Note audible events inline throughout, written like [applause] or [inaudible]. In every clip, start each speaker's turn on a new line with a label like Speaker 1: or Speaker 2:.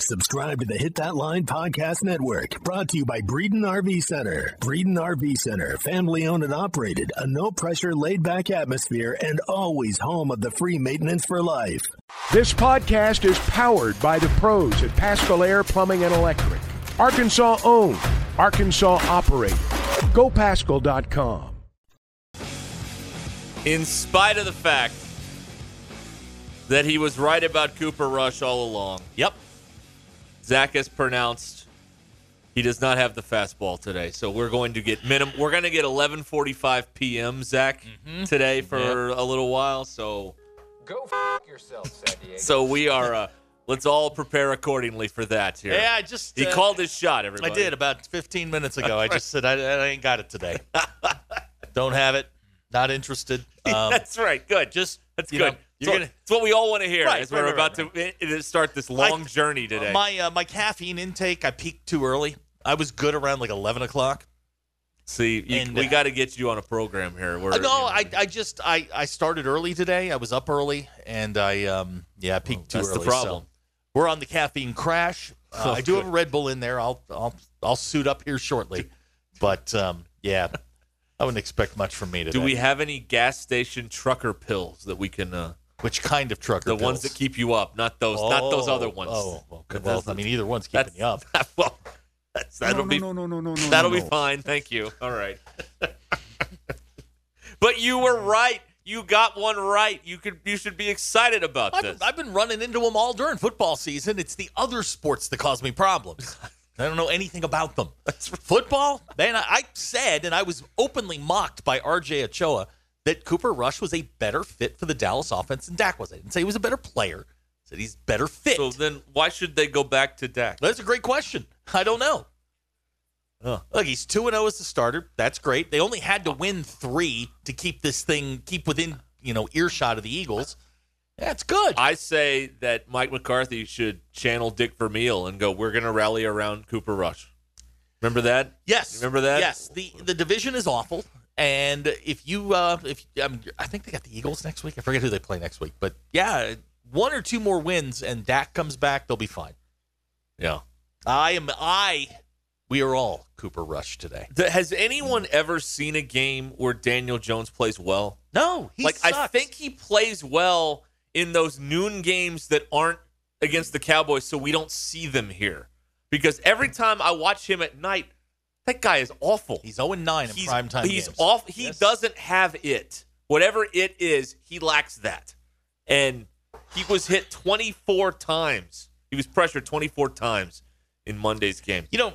Speaker 1: Subscribe to the Hit That Line Podcast Network, brought to you by Breeden RV Center. Breeden RV Center, family owned and operated, a no pressure, laid back atmosphere, and always home of the free maintenance for life.
Speaker 2: This podcast is powered by the pros at Pascal Air Plumbing and Electric. Arkansas owned, Arkansas operated. GoPascal.com.
Speaker 3: In spite of the fact that he was right about Cooper Rush all along. Yep. Zach has pronounced he does not have the fastball today. So we're going to get minimum. We're going to get 11:45 p.m. Zach today for a little while. So
Speaker 4: Mm-hmm. Go f- yourself, San Diego.
Speaker 3: so we are. Uh, let's all prepare accordingly for that here.
Speaker 5: Yeah, I just
Speaker 3: He
Speaker 5: uh,
Speaker 3: called his shot.
Speaker 5: I
Speaker 3: Everybody.
Speaker 5: did about 15 minutes ago. I just said I, I ain't got it [laughs] today. Don't have it. Not [laughs] interested. Um,
Speaker 3: That's right. Good.
Speaker 5: just
Speaker 3: That's
Speaker 5: you
Speaker 3: good.
Speaker 5: know,
Speaker 3: It's
Speaker 5: you're
Speaker 3: what-
Speaker 5: gonna
Speaker 3: it's what we all want to hear
Speaker 5: Right,
Speaker 3: as
Speaker 5: right,
Speaker 3: we're
Speaker 5: right,
Speaker 3: about
Speaker 5: right,
Speaker 3: to i- i- start this long journey today.
Speaker 5: my uh, my caffeine intake. I peaked too early. I was good around like 11 o'clock.
Speaker 3: See, you,
Speaker 5: And,
Speaker 3: we
Speaker 5: uh,
Speaker 3: got to get you on a program here. We're,
Speaker 5: Uh, no, I, I just I, I started early today. I was up early and I um yeah I peaked too
Speaker 3: that's the
Speaker 5: early.
Speaker 3: problem.
Speaker 5: so we're on the caffeine crash. Uh,
Speaker 3: Oh,
Speaker 5: I do have a
Speaker 3: good.
Speaker 5: Red Bull in there. I'll I'll I'll suit up here shortly. But um yeah, I wouldn't expect much from me today.
Speaker 3: do we have any gas station trucker pills that we can? Uh,
Speaker 5: Which kind of trucker?
Speaker 3: the ones that
Speaker 5: pills?
Speaker 3: keep you up, not those, not those
Speaker 5: Oh,
Speaker 3: other ones.
Speaker 5: Oh, okay.
Speaker 3: That's
Speaker 5: well,
Speaker 3: the-
Speaker 5: I mean, either one's keeping
Speaker 3: [laughs] that's-
Speaker 5: you up.
Speaker 3: well, that's, that'll be that'll be fine. Thank you. All right. [laughs] but you were right. You got one right. You could you should be excited about
Speaker 5: I've,
Speaker 3: this.
Speaker 5: I've been running into them all during football season. It's the other sports that cause me problems. I don't know anything about [laughs] them. Football, man. I, I said, and I was openly mocked by R.J. Ochoa that Cooper Rush was a better fit for the Dallas offense than Dak was. I didn't say he was a better player. I said he's better fit.
Speaker 3: so then why should they go back to Dak?
Speaker 5: That's a great question. I don't know. Look, he's two and zero as the starter. That's great. They only had to win three to keep this thing keep within you know earshot of the Eagles. That's good.
Speaker 3: I say that Mike McCarthy should channel Dick Vermeil and go, "We're going to rally around Cooper Rush." Remember that?
Speaker 5: yes,
Speaker 3: Remember that?
Speaker 5: Yes. the The division is awful, and if you uh, if um, I think they got the Eagles next week. I forget who they play next week, but yeah, one or two more wins and Dak comes back, they'll be fine.
Speaker 3: Yeah.
Speaker 5: I am I. We are all Cooper Rush today.
Speaker 3: Th- Has anyone ever seen a game where Daniel Jones plays well?
Speaker 5: No, he
Speaker 3: like I
Speaker 5: sucks.
Speaker 3: think he plays well in those noon games that aren't against the Cowboys, so we don't see them here. Because every time I watch him at night, that guy is awful.
Speaker 5: he's zero and nine in
Speaker 3: he's,
Speaker 5: prime time.
Speaker 3: He's
Speaker 5: games.
Speaker 3: off. He
Speaker 5: Yes.
Speaker 3: doesn't have it. Whatever it is, he lacks that. And he was hit 24 times. He was pressured 24 times in Monday's game.
Speaker 5: you know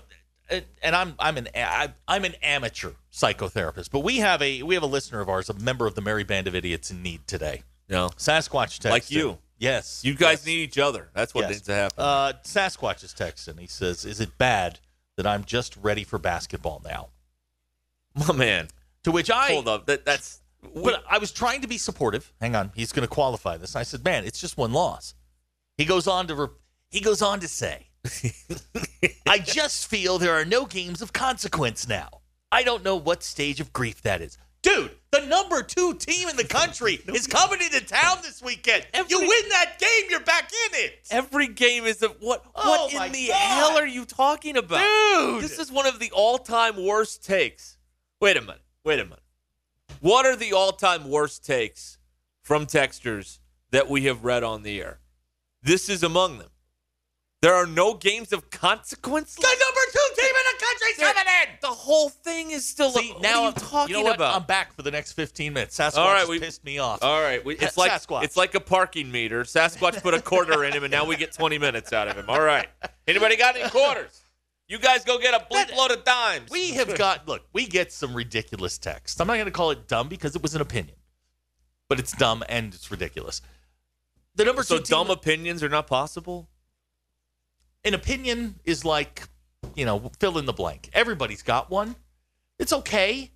Speaker 5: and and i'm i'm an I, i'm an amateur psychotherapist but we have a we have a listener of ours a member of the merry band of idiots in need today
Speaker 3: No,
Speaker 5: sasquatch texted
Speaker 3: Like you.
Speaker 5: yes
Speaker 3: you guys
Speaker 5: yes.
Speaker 3: need each other. That's what
Speaker 5: Yes.
Speaker 3: needs to happen.
Speaker 5: uh sasquatch is texting he says is it bad that i'm just ready for basketball now
Speaker 3: My man,
Speaker 5: to which i
Speaker 3: hold up. That, that's we-
Speaker 5: But I was trying to be supportive. Hang on, he's going to qualify this. And I said, "Man, it's just one loss." He goes on to re- he goes on to say, "I just feel there are no games of consequence now. I don't know what stage of grief that is." Dude, the number two team in the country [laughs] is coming into town this weekend. you win that game, you're back in it.
Speaker 3: Every game is a what?
Speaker 5: Oh,
Speaker 3: what
Speaker 5: my
Speaker 3: in the
Speaker 5: God.
Speaker 3: hell are you talking about,
Speaker 5: Dude.
Speaker 3: This is one of the all-time worst takes. Wait a minute. Wait a minute. What are the all-time worst takes from texters that we have read on the air? This is among them. There are no games of consequence.
Speaker 5: The number two team in the country
Speaker 3: There-
Speaker 5: coming in.
Speaker 3: The whole thing is still.
Speaker 5: See,
Speaker 3: what
Speaker 5: now
Speaker 3: are you
Speaker 5: I'm-
Speaker 3: talking
Speaker 5: you know what?
Speaker 3: about?
Speaker 5: I'm back for the next 15 minutes. Sasquatch
Speaker 3: All right,
Speaker 5: has
Speaker 3: we-
Speaker 5: pissed me off.
Speaker 3: All right, we, it's
Speaker 5: Ha-
Speaker 3: like
Speaker 5: [laughs] Sasquatch.
Speaker 3: it's like a parking meter. Sasquatch put a quarter in him, and now we get twenty minutes out of him. All right, anybody got any quarters? You guys go get a bleep load of dimes.
Speaker 5: we
Speaker 3: [laughs]
Speaker 5: have got look. We get some ridiculous text. I'm not going to call it dumb because it was an opinion, but it's dumb and it's ridiculous. The number
Speaker 3: so
Speaker 5: two team,
Speaker 3: dumb opinions are not possible.
Speaker 5: an opinion is like you know fill in the blank. Everybody's got one. It's okay.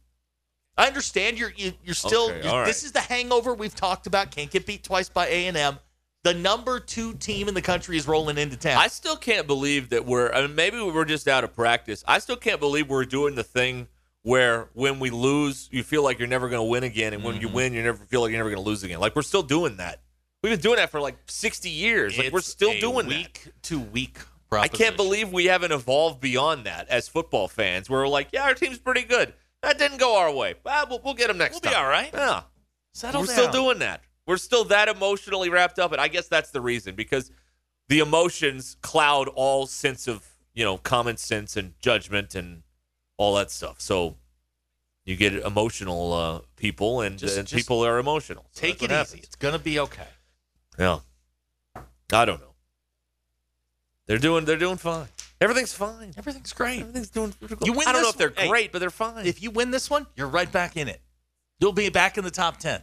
Speaker 5: I understand you're you, you're still
Speaker 3: Okay,
Speaker 5: you're-
Speaker 3: all right.
Speaker 5: this is the hangover we've talked about. Can't get beat twice by A and M. The number two team in the country is rolling into town.
Speaker 3: I still can't believe that we're. I mean, maybe we were just out of practice. I still can't believe we're doing the thing where when we lose, you feel like you're never going to win again, and when you
Speaker 5: Mm-hmm.
Speaker 3: win, you never feel like you're never going to lose again. Like we're still doing that. We've been doing that for like sixty years. Like we're
Speaker 5: It's
Speaker 3: still
Speaker 5: a
Speaker 3: doing that.
Speaker 5: week to week.
Speaker 3: I can't believe we haven't evolved beyond that as football fans. We're like, yeah, our team's pretty good. That didn't go our way. Well, we'll, we'll get them next
Speaker 5: We'll be
Speaker 3: time.
Speaker 5: all right.
Speaker 3: Yeah.
Speaker 5: Settle
Speaker 3: We're
Speaker 5: down.
Speaker 3: still doing that. We're still that emotionally wrapped up. And I guess that's the reason because the emotions cloud all sense of, you know, common sense and judgment and all that stuff. So you get emotional uh, people, and,
Speaker 5: Just-
Speaker 3: and
Speaker 5: just
Speaker 3: people are emotional. So
Speaker 5: Take
Speaker 3: that's what
Speaker 5: it easy.
Speaker 3: happens.
Speaker 5: It's gonna be okay.
Speaker 3: Yeah. I don't know. They're doing they're doing fine. Everything's fine.
Speaker 5: Everything's great.
Speaker 3: Everything's doing pretty
Speaker 5: You win
Speaker 3: I don't know
Speaker 5: this
Speaker 3: if they're
Speaker 5: one- hey,
Speaker 3: great, but they're fine.
Speaker 5: If you win this one, you're right back in it. You'll be back in the top ten.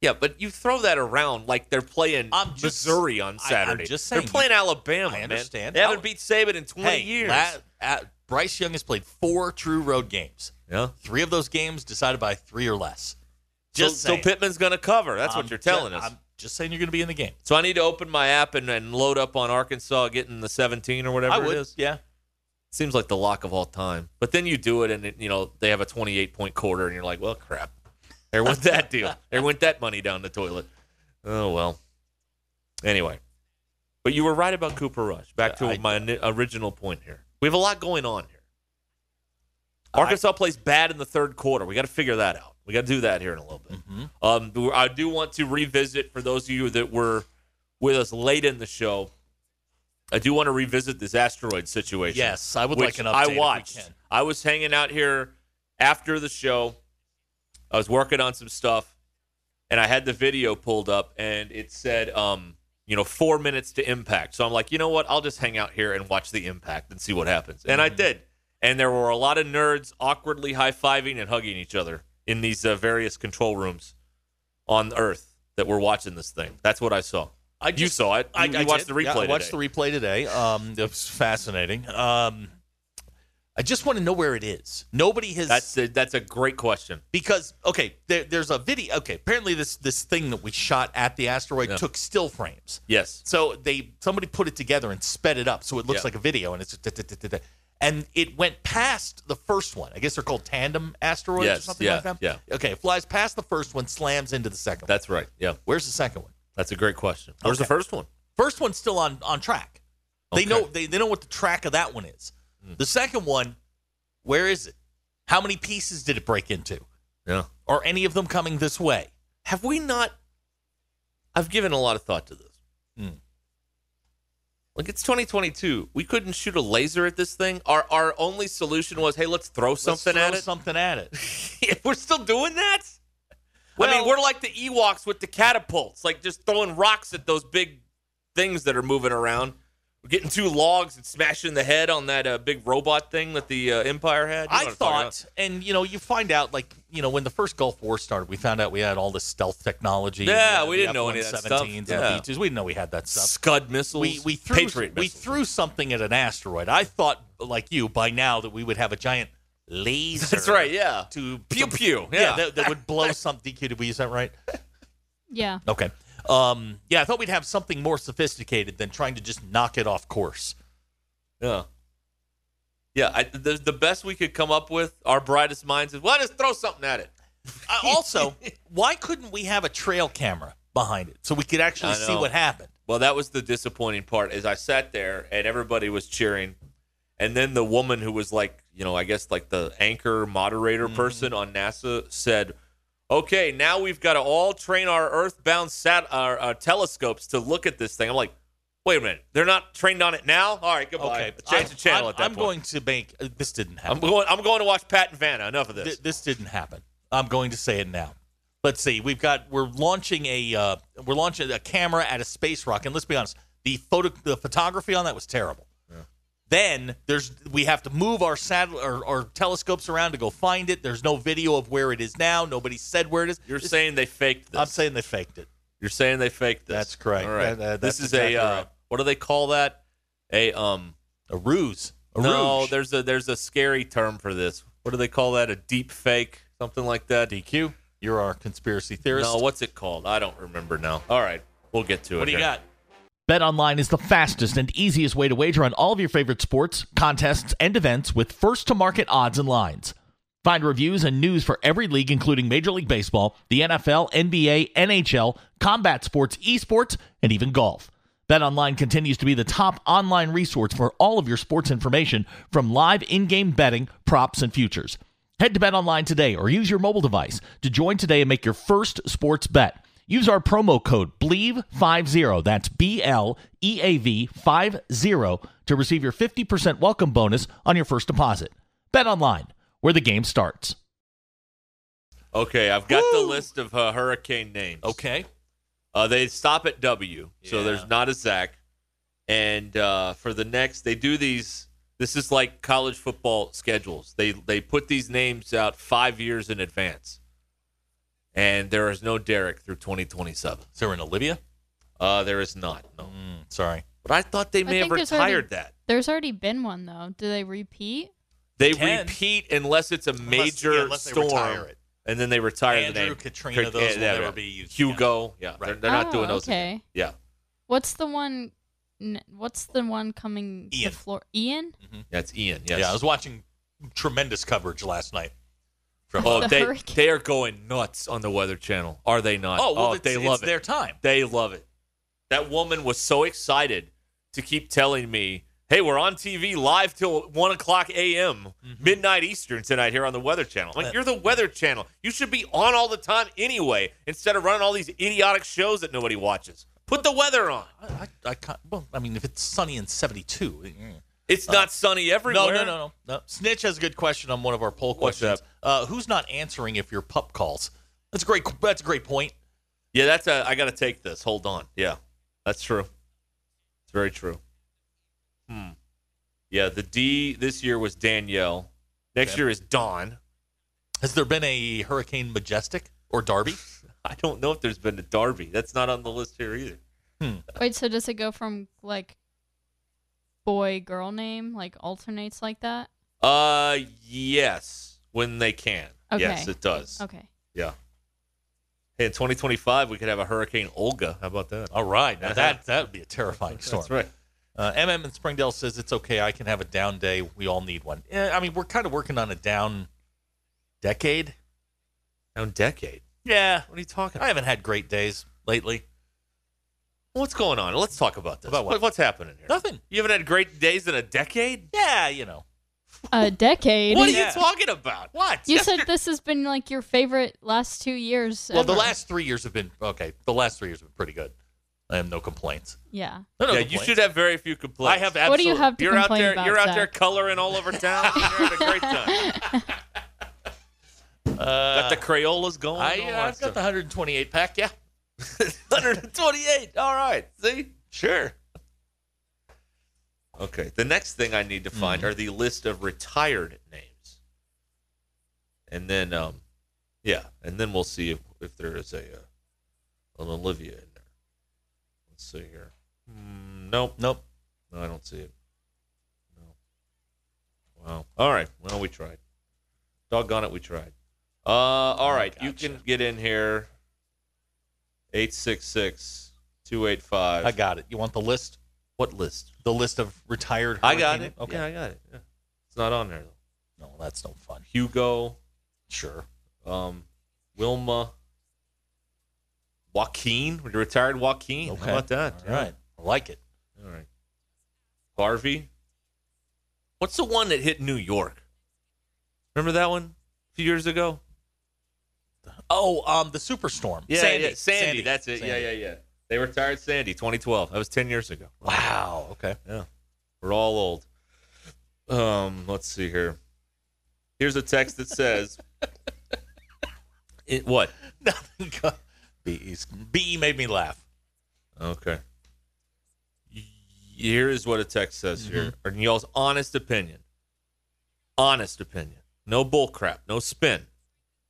Speaker 3: yeah, but you throw that around like they're playing
Speaker 5: I'm just-
Speaker 3: Missouri on
Speaker 5: I- I'm
Speaker 3: Saturday.
Speaker 5: just saying,
Speaker 3: they're playing Alabama.
Speaker 5: I
Speaker 3: man.
Speaker 5: understand.
Speaker 3: They
Speaker 5: Al-
Speaker 3: haven't beat Saban in 20
Speaker 5: hey,
Speaker 3: years.
Speaker 5: la- uh, Bryce Young has played four true road games.
Speaker 3: yeah.
Speaker 5: Three of those games decided by three or less.
Speaker 3: Just
Speaker 5: Just
Speaker 3: so,
Speaker 5: saying.
Speaker 3: Pittman's going to cover. That's
Speaker 5: I'm
Speaker 3: what you're telling
Speaker 5: ju-
Speaker 3: us.
Speaker 5: I'm just saying you're gonna be in the game.
Speaker 3: so I need to open my app and, and load up on Arkansas getting the 17 or whatever
Speaker 5: I would.
Speaker 3: it is.
Speaker 5: Yeah.
Speaker 3: Seems like the lock of all time. But then you do it and it, you know they have a 28 point quarter and you're like, "Well, crap. There went that deal. There went that money down the toilet." Oh, well. Anyway. But you were right about Cooper Rush. Back to
Speaker 5: I-
Speaker 3: my ni- original point here. We have a lot going on here. Arkansas plays bad in the third quarter. We got to figure that out. We got to do that here in a little bit. Um, I do want to revisit for those of you that were with us late in the show. I do want to revisit this asteroid situation.
Speaker 5: Yes, I would
Speaker 3: which
Speaker 5: like an update. if
Speaker 3: I
Speaker 5: we
Speaker 3: watched.
Speaker 5: can.
Speaker 3: I was hanging out here after the show. I was working on some stuff, and I had the video pulled up, and it said, um, you know, four minutes to impact. So I'm like, you know what? I'll just hang out here and watch the impact and see what happens. And I
Speaker 5: Mm-hmm.
Speaker 3: did. And there were a lot of nerds awkwardly high fiving and hugging each other in these uh, various control rooms on Earth that were watching this thing. That's what I saw.
Speaker 5: I
Speaker 3: you
Speaker 5: just-
Speaker 3: saw it. You,
Speaker 5: I,
Speaker 3: you
Speaker 5: I
Speaker 3: watched
Speaker 5: did.
Speaker 3: the replay.
Speaker 5: Yeah, I watched
Speaker 3: today.
Speaker 5: the replay today. Um, it was fascinating. Um, I just want to know where it is. Nobody has
Speaker 3: That's a, that's a great question.
Speaker 5: because okay, there, there's a video. Okay, apparently this this thing that we shot at the asteroid
Speaker 3: Yeah.
Speaker 5: took still frames.
Speaker 3: Yes.
Speaker 5: So they somebody put it together and sped it up so it looks
Speaker 3: Yeah.
Speaker 5: like a video and it's just da- da- da- da- da. and it went past the first one. I guess they're called tandem asteroids or
Speaker 3: Yes,
Speaker 5: something
Speaker 3: yeah,
Speaker 5: like that.
Speaker 3: yeah.
Speaker 5: Okay, it flies past the first one, slams into the second. one.
Speaker 3: That's right. Yeah.
Speaker 5: Where's the second one?
Speaker 3: That's a great question. Where's the
Speaker 5: Okay.
Speaker 3: first one?
Speaker 5: First one's still on on track. They
Speaker 3: Okay. Hmm.
Speaker 5: know they, they know what the track of that one is. The second one, where is it? How many pieces did it break into?
Speaker 3: Yeah.
Speaker 5: Are any of them coming this way?
Speaker 3: Have we not? I've given a lot of thought to this.
Speaker 5: Hmm.
Speaker 3: Like it's 2022. We couldn't shoot a laser at this thing. Our our only solution was, hey, let's throw
Speaker 5: Let's
Speaker 3: something
Speaker 5: throw
Speaker 3: at it. [laughs]
Speaker 5: Something at it.
Speaker 3: we're still doing that. I
Speaker 5: Well-
Speaker 3: mean, we're like the Ewoks with the catapults, like just throwing rocks at those big things that are moving around. We're getting two logs and smashing the head on that uh, big robot thing that the uh, Empire had. You know
Speaker 5: I
Speaker 3: what I'm talking
Speaker 5: thought, and you know, you find out like you know when the first Gulf War started, we found out we had all this stealth technology.
Speaker 3: Yeah,
Speaker 5: had
Speaker 3: we
Speaker 5: the
Speaker 3: didn't know any of that stuff.
Speaker 5: F-117s and the
Speaker 3: Yeah.
Speaker 5: B-2s. We didn't know we had that
Speaker 3: about.
Speaker 5: stuff.
Speaker 3: Scud missiles.
Speaker 5: We we threw
Speaker 3: Patriot
Speaker 5: we
Speaker 3: missiles.
Speaker 5: threw something at an asteroid. I thought, like you, by now that we would have a giant laser.
Speaker 3: That's right. Yeah.
Speaker 5: To
Speaker 3: Pew
Speaker 5: some-
Speaker 3: pew.
Speaker 5: Yeah,
Speaker 3: Yeah.
Speaker 5: that, that would
Speaker 3: [laughs]
Speaker 5: blow some DQ. Did we use that right?
Speaker 6: Yeah.
Speaker 5: Okay. Um, yeah, I thought we'd have something more sophisticated than trying to just knock it off course.
Speaker 3: Yeah. Yeah, I, the, the best we could come up with, our brightest minds, is well, just throw something at it. [laughs]
Speaker 5: I, Uh, also, why couldn't we have a trail camera behind it so we could actually
Speaker 3: I
Speaker 5: see
Speaker 3: know.
Speaker 5: what happened?
Speaker 3: Well, that was the disappointing part. Is I sat there and everybody was cheering, and then the woman who was like, you know, I guess like the anchor moderator
Speaker 5: Mm-hmm.
Speaker 3: person on NASA said, "Okay, uh, now we've got to all train our Earthbound sat our, our telescopes to look at this thing." I'm like, Wait a minute. They're not trained on it now? All right, goodbye.
Speaker 5: Okay.
Speaker 3: Change the channel
Speaker 5: I'm,
Speaker 3: at that
Speaker 5: I'm
Speaker 3: point.
Speaker 5: going to make uh, this didn't happen.
Speaker 3: I'm going I'm going to watch Pat and Vanna. Enough of this.
Speaker 5: Th- this didn't happen. I'm going to say it now. Let's see. We've got we're launching a uh, we're launching a camera at a space rock, and let's be honest, the photo the photography on that was terrible. Then there's we have to move our saddle or our telescopes around to go find it. There's no video of where it is now. Nobody said where it is.
Speaker 3: You're saying they faked this.
Speaker 5: I'm saying they faked it.
Speaker 3: You're saying they faked this.
Speaker 5: That's correct.
Speaker 3: All right.
Speaker 5: That- that-
Speaker 3: this is
Speaker 5: that's exactly
Speaker 3: a uh,
Speaker 5: right.
Speaker 3: what do they call that? A um
Speaker 5: A ruse. A
Speaker 3: no,
Speaker 5: rouge.
Speaker 3: there's a there's a scary term for this. What do they call that? A deep fake, something like that.
Speaker 5: DQ. You're our conspiracy theorist.
Speaker 3: No, what's it called? I don't remember now. All right, we'll get to it.
Speaker 5: What do you
Speaker 3: here.
Speaker 5: got? BetOnline is the fastest and easiest way to wager on all of your favorite sports, contests, and events with first to market odds and lines. Find reviews and news for every league, including Major League Baseball, the NFL, NBA, NHL, combat sports, esports, and even golf. BetOnline continues to be the top online resource for all of your sports information from live in game betting, props, and futures. Head to BetOnline today or use your mobile device to join today and make your first sports bet. Use our promo code BLEAV50, that's B L E A V 50, to receive your 50% welcome bonus on your first deposit. Bet online, where the game starts.
Speaker 3: Okay, I've got the list of uh, hurricane names.
Speaker 5: Okay.
Speaker 3: Uh, they stop at W, so
Speaker 5: Yeah.
Speaker 3: there's not a Zach. And uh, for the next, they do these. This is like college football schedules. They they put these names out five years in advance, and there is no Derek through 2027.
Speaker 5: Is there an Olivia?
Speaker 3: Uh, there is not. No,
Speaker 5: sorry.
Speaker 3: but I thought they
Speaker 6: I
Speaker 3: may have
Speaker 6: think there's already-
Speaker 3: retired that.
Speaker 6: There's already been one though. Do they repeat?
Speaker 3: They
Speaker 5: Ten.
Speaker 3: repeat unless it's a major
Speaker 5: yeah, unless they
Speaker 3: storm,
Speaker 5: retire it.
Speaker 3: and then they retire the
Speaker 5: Andrew,
Speaker 3: name.
Speaker 5: Katrina,
Speaker 3: Kat-
Speaker 5: those will
Speaker 3: yeah,
Speaker 5: never
Speaker 3: yeah.
Speaker 5: be used again.
Speaker 3: Hugo, yeah, they're,
Speaker 5: Right. Mm-hmm.
Speaker 3: they're not
Speaker 6: Oh,
Speaker 3: doing those. again.
Speaker 6: okay.
Speaker 3: Yeah,
Speaker 6: What's the one? n- What's the one coming? to
Speaker 5: Ian. Mm-hmm.
Speaker 6: Flor- Ian.
Speaker 3: that's Ian. Yes.
Speaker 5: Yeah, I was watching tremendous coverage last night. From,
Speaker 3: Oh,
Speaker 5: [laughs]
Speaker 6: The
Speaker 3: they
Speaker 6: hurricane.
Speaker 3: they are going nuts on the Weather Channel. Are they not?
Speaker 5: oh, well, it's,
Speaker 3: they
Speaker 5: it's
Speaker 3: love it.
Speaker 5: their time.
Speaker 3: They love it. That woman was so excited to keep telling me, "Hey, we're on TV live till one o'clock a.m.
Speaker 5: Mm-hmm.
Speaker 3: midnight Eastern tonight here on the Weather Channel." I'm
Speaker 5: Uh,
Speaker 3: like, you're the Weather Channel. You should be on all the time anyway, instead of running all these idiotic shows that nobody watches. Put the weather on.
Speaker 5: I, I, I can't, well, I mean, if it's sunny in 72. eh,
Speaker 3: It's not sunny
Speaker 5: No,
Speaker 3: everywhere.
Speaker 5: no, no, no, no. Snitch has a good question on one of our poll
Speaker 3: What's
Speaker 5: questions. Uh, who's not answering if your pup calls? That's a great. That's a great point.
Speaker 3: Yeah, that's a. I gotta take this. Hold on. Yeah, that's true. It's very true. Hmm. Yeah, the D this year was Danielle. Next year is Dawn.
Speaker 5: Has there been a Hurricane Majestic or Darby?
Speaker 3: [laughs] I don't know if there's been a Darby. That's not on the list here either.
Speaker 6: Wait, so does it go from like boy girl name like alternates like that?
Speaker 3: Uh, yes, when they can. Yes,
Speaker 6: Okay.
Speaker 3: it does.
Speaker 6: Okay.
Speaker 3: Yeah. Hey, in 2025, we could have a Hurricane Olga. How about that?
Speaker 5: All right, now [laughs] that that would be a terrifying storm.
Speaker 3: That's right.
Speaker 5: Uh, MM in Springdale says it's okay. I can have a down day. We all need one. Eh, I mean, we're kind of working on a down decade.
Speaker 3: Now, decade.
Speaker 5: Yeah,
Speaker 3: What are you talking
Speaker 5: I haven't had great days lately.
Speaker 3: What's going on? Let's talk about this.
Speaker 5: About what?
Speaker 3: What's happening here?
Speaker 5: Nothing.
Speaker 3: You haven't had great days in a decade?
Speaker 5: Yeah, you know. [laughs]
Speaker 6: A decade.
Speaker 3: What are
Speaker 5: Yeah.
Speaker 3: you talking about? What?
Speaker 5: [laughs]
Speaker 6: You said this has been like your favorite last two years.
Speaker 5: Well, the
Speaker 6: ever.
Speaker 5: last three years have been okay. The last three years have been pretty good. I have no complaints.
Speaker 6: Yeah.
Speaker 5: No, no
Speaker 3: yeah, you
Speaker 5: complaints.
Speaker 3: should have very few complaints.
Speaker 5: I have
Speaker 6: What do you
Speaker 5: absolute-
Speaker 6: have to
Speaker 3: You're out
Speaker 6: complain
Speaker 3: there.
Speaker 6: about?
Speaker 3: You're out there
Speaker 6: Zach?
Speaker 3: coloring all over [laughs] town. you're having a great time. got the Crayolas going.
Speaker 5: I,
Speaker 3: all
Speaker 5: uh,
Speaker 3: that
Speaker 5: I've got
Speaker 3: stuff.
Speaker 5: the 128 pack. Yeah,
Speaker 3: 128. All right. See?
Speaker 5: sure.
Speaker 3: Okay. The next thing I need to find are the list of retired names. And then, um, yeah. And then we'll see if, if there is a uh, an Olivia in there. Let's see here. Mm, nope.
Speaker 5: Nope.
Speaker 3: No, I don't see it. No. Wow. All right. Well, we tried. Doggone it, we tried. Uh, all right. You can get in here. 866 285.
Speaker 5: I got it. You want the list?
Speaker 3: What list?
Speaker 5: The list of retired.
Speaker 3: I got
Speaker 5: hurricane-
Speaker 3: it.
Speaker 5: Okay.
Speaker 3: Yeah, I got it. Yeah. It's not on there, though.
Speaker 5: No, that's no fun.
Speaker 3: Hugo,
Speaker 5: Sure.
Speaker 3: um, Wilma, Joaquin, retired Joaquin. How about that?
Speaker 5: All right. I like it.
Speaker 3: All right. Harvey. What's the one that hit New York? Remember that one a few years ago?
Speaker 5: Oh, um, the superstorm.
Speaker 3: Yeah,
Speaker 5: Sandy.
Speaker 3: yeah, Sandy. That's it.
Speaker 5: Sandy.
Speaker 3: Yeah, yeah, yeah. They retired Sandy 2012. That was 10 years ago.
Speaker 5: Wow. Okay.
Speaker 3: Yeah. We're all old. Um, let's see here. Here's a text that says [laughs] It what?
Speaker 5: [laughs] Nothing. co- BE's, BE made me laugh.
Speaker 3: Okay. Here is what a text says here. Or y'all's honest opinion. Honest opinion. No bull crap, no spin.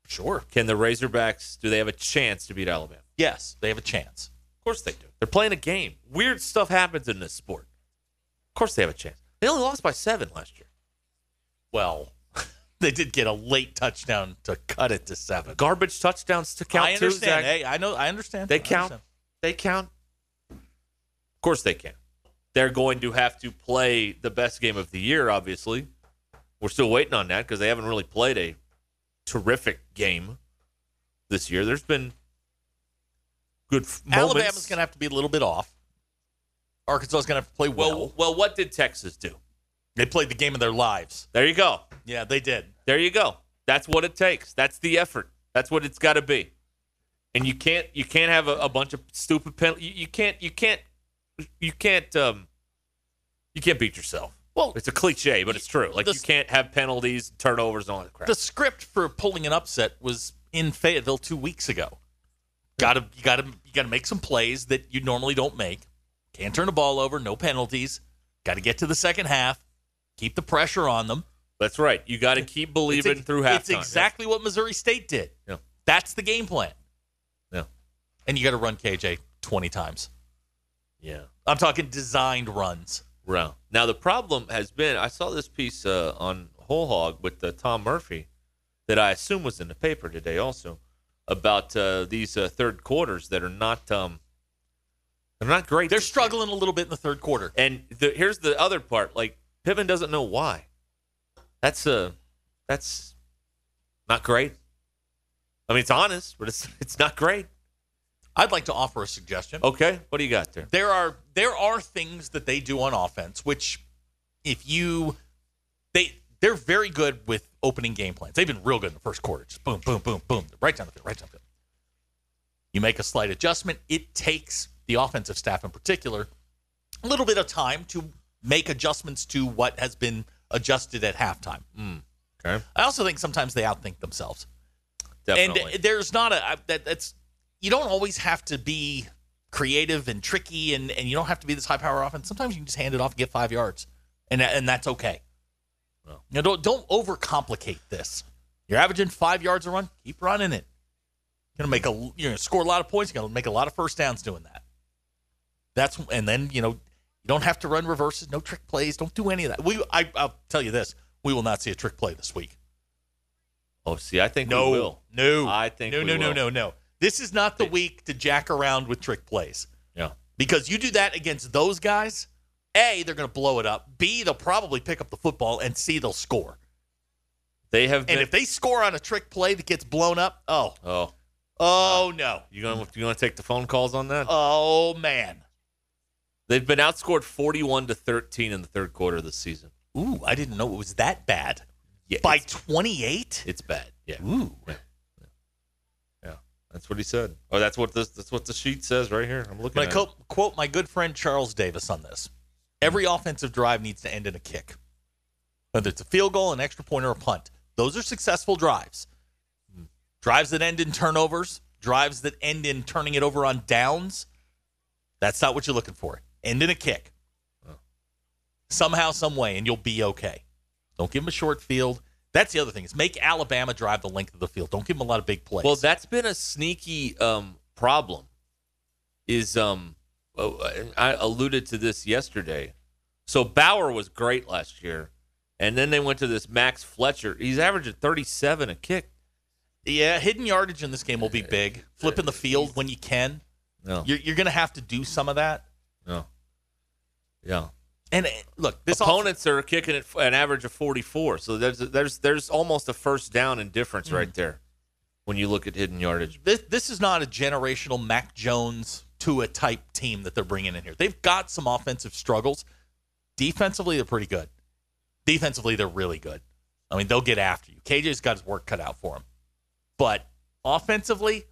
Speaker 5: Sure.
Speaker 3: Can the Razorbacks do they have a chance to beat Alabama?
Speaker 5: Yes, they have a chance.
Speaker 3: Of course they do. They're playing a game. Weird stuff happens in this sport. Of course they have a chance. They only lost by seven last year.
Speaker 5: Well, [laughs] they did get a late touchdown to cut it to seven.
Speaker 3: Garbage touchdowns to count
Speaker 5: I
Speaker 3: too, Zach.
Speaker 5: understand. Hey, I know. I understand.
Speaker 3: They
Speaker 5: I
Speaker 3: count.
Speaker 5: understand.
Speaker 3: They count. Of course they can. They're going to have to play the best game of the year, obviously. We're still waiting on that because they haven't really played a terrific game this year. There's been good f- moments.
Speaker 5: Alabama's going to have to be a little bit off. Arkansas is going to have to play well.
Speaker 3: well, well, what did Texas do?
Speaker 5: They played the game of their lives.
Speaker 3: There you go.
Speaker 5: Yeah, they did.
Speaker 3: There you go. That's what it takes. That's the effort. That's what it's got to be. And you can't you can't have a, a bunch of stupid penalties. You, you can't you can't you can't um you can't beat yourself.
Speaker 5: Well,
Speaker 3: It's a cliche, but it's true. Like
Speaker 5: The-
Speaker 3: you can't have penalties, turnovers, and all that crap.
Speaker 5: the script for pulling an upset was in Fayetteville two weeks ago. Got to you got to you got to make some plays that you normally don't make. Can't turn the ball over. No penalties. Got to get to the second half. Keep the pressure on them.
Speaker 3: That's right. You
Speaker 5: [laughs]
Speaker 3: got to keep
Speaker 5: It's
Speaker 3: believing
Speaker 5: ex-
Speaker 3: through halftime.
Speaker 5: It's exactly what Missouri State did.
Speaker 3: Yeah.
Speaker 5: That's the game plan.
Speaker 3: Yeah.
Speaker 5: And you got to run KJ 20 times.
Speaker 3: yeah.
Speaker 5: I'm talking designed runs.
Speaker 3: round. Now the problem has been I saw this piece uh, on Whole Hog with uh, Tom Murphy that I assume was in the paper today also about uh, these uh, third quarters that are not um, they're not great.
Speaker 5: They're struggling a little bit in the third quarter.
Speaker 3: and the, here's the other part: like Pittman doesn't know why. That's uh, that's not great. I mean, it's honest, but it's it's not great.
Speaker 5: I'd like to offer a suggestion.
Speaker 3: Okay, what do you got there?
Speaker 5: There are there are things that they do on offense which if you they they're very good with opening game plans. They've been real good in the first quarter. Just boom, boom, boom, boom. Right down the field, right down the field. You make a slight adjustment. It takes the offensive staff in particular a little bit of time to make adjustments to what has been adjusted at halftime.
Speaker 3: okay.
Speaker 5: I also think sometimes they outthink themselves.
Speaker 3: Definitely.
Speaker 5: And there's not a I- that that's you don't always have to be creative and tricky and and you don't have to be this high power offense. Sometimes you can just hand it off and get 5 yards. And that- and that's okay. You know, don't don't overcomplicate this. You're averaging 5 yards a run, keep running it. You're going to make a you're going to score a lot of points, you're going to make a lot of first downs doing that. That's and then, you know, you don't have to run reverses, no trick plays, don't do any of that. We I I'll tell you this, we will not see a trick play this week.
Speaker 3: oh, see, I think
Speaker 5: No,
Speaker 3: we will.
Speaker 5: no,
Speaker 3: I think
Speaker 5: no,
Speaker 3: we
Speaker 5: no, no,
Speaker 3: will.
Speaker 5: no, no. This is not the week to jack around with trick plays
Speaker 3: Yeah.
Speaker 5: because you do that against those guys. A, they're going to blow it up. B, they'll probably pick up the football, and C, they'll score.
Speaker 3: They have been.
Speaker 5: And if they score on a trick play that gets blown up, oh,
Speaker 3: oh,
Speaker 5: oh no,
Speaker 3: You gonna you gonna take the phone calls on that?
Speaker 5: oh man.
Speaker 3: They've been outscored forty-one to thirteen in the third quarter of the season.
Speaker 5: Ooh, I didn't know it was that bad.
Speaker 3: Yeah,
Speaker 5: By
Speaker 3: it's,
Speaker 5: twenty eight.
Speaker 3: it's bad. Yeah,
Speaker 5: Ooh,
Speaker 3: that's what he said. Oh, that's what this that's what the sheet says right here. I'm looking.
Speaker 5: I'm going
Speaker 3: at
Speaker 5: to quote, quote my good friend Charles Davis on this. Every offensive drive needs to end in a kick, whether it's a field goal, an extra point, or a punt. Those are successful drives. Drives that end in turnovers, drives that end in turning it over on downs. That's not what you're looking for. End in a kick. Somehow, some way, and you'll be okay. Don't give them a short field. That's the other thing is make Alabama drive the length of the field. Don't give them a lot of big plays.
Speaker 3: Well, that's been a sneaky um, problem. Is um, oh, I I alluded to this yesterday. So Bauer was great last year, and then they went to this Max Fletcher. He's averaging thirty-seven a kick.
Speaker 5: Yeah, hidden yardage in this game will be big. Flipping the field when you can.
Speaker 3: No,
Speaker 5: You're, you're going to have to do some of that.
Speaker 3: no, yeah.
Speaker 5: And uh, look, this opponent.
Speaker 3: opponents are kicking at an average of 44. So there's there's there's almost a first down in difference right there when you look at hidden yardage.
Speaker 5: this, this is not a generational Mac Jones to a type team that they're bringing in here. They've got some offensive struggles. Defensively, they're pretty good. Defensively, they're really good. I mean, they'll get after you. KJ's got his work cut out for him. But offensively,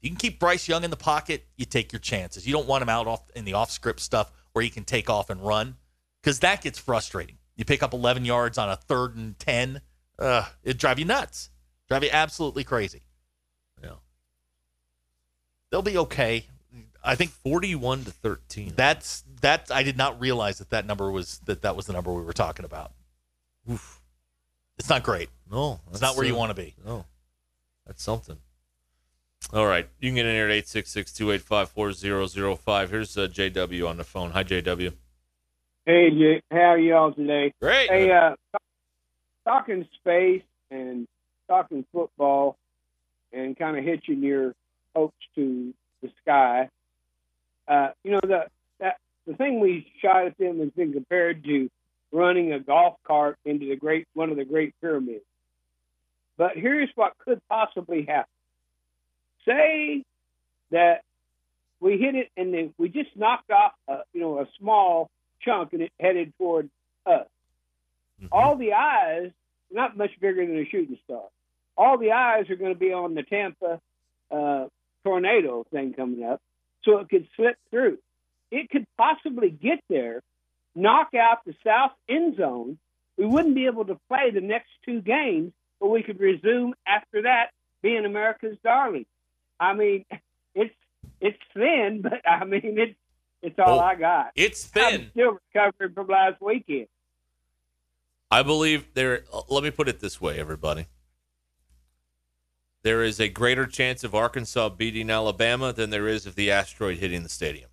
Speaker 5: You can keep Bryce Young in the pocket. You take your chances. You don't want him out off in the off script stuff where he can take off and run because that gets frustrating. You pick up 11 yards on a third and 10. Uh, it drive you nuts. Drive you absolutely crazy. Yeah. They'll be okay. I think
Speaker 3: 41 to 13.
Speaker 5: that's that. I did not realize that that number was that that was the number we were talking about. Oof. It's not great.
Speaker 3: no,
Speaker 5: It's not where you want to be.
Speaker 3: No, that's something. All right, you can get in here at 866 285 4005. Here's uh, JW on the phone. Hi, JW.
Speaker 7: Hey, Jake, how are y'all today?
Speaker 3: Great.
Speaker 7: Hey, uh, talking space and talking football and kind of hitching your hopes to the sky. Uh, you know, the that, the thing we shot at them has been compared to running a golf cart into the great one of the great pyramids. But here's what could possibly happen: say that we hit it and then we just knocked off, a, you know, a small chunk and it headed toward us
Speaker 3: Mm-hmm.
Speaker 7: all the eyes, not much bigger than a shooting star, all the eyes are going to be on the Tampa uh, tornado thing coming up, so it could slip through. It could possibly get there, knock out the south end zone. We wouldn't be able to play the next two games, but we could resume after that being America's darling. I mean, [laughs] it's it's thin, but I mean it's it's
Speaker 3: Oh,
Speaker 7: all I got.
Speaker 3: It's
Speaker 7: I'm
Speaker 3: thin.
Speaker 7: still recovering from last weekend.
Speaker 3: I believe there. uh, Let me put it this way, everybody. There is a greater chance of Arkansas beating Alabama than there is of the asteroid hitting the stadium.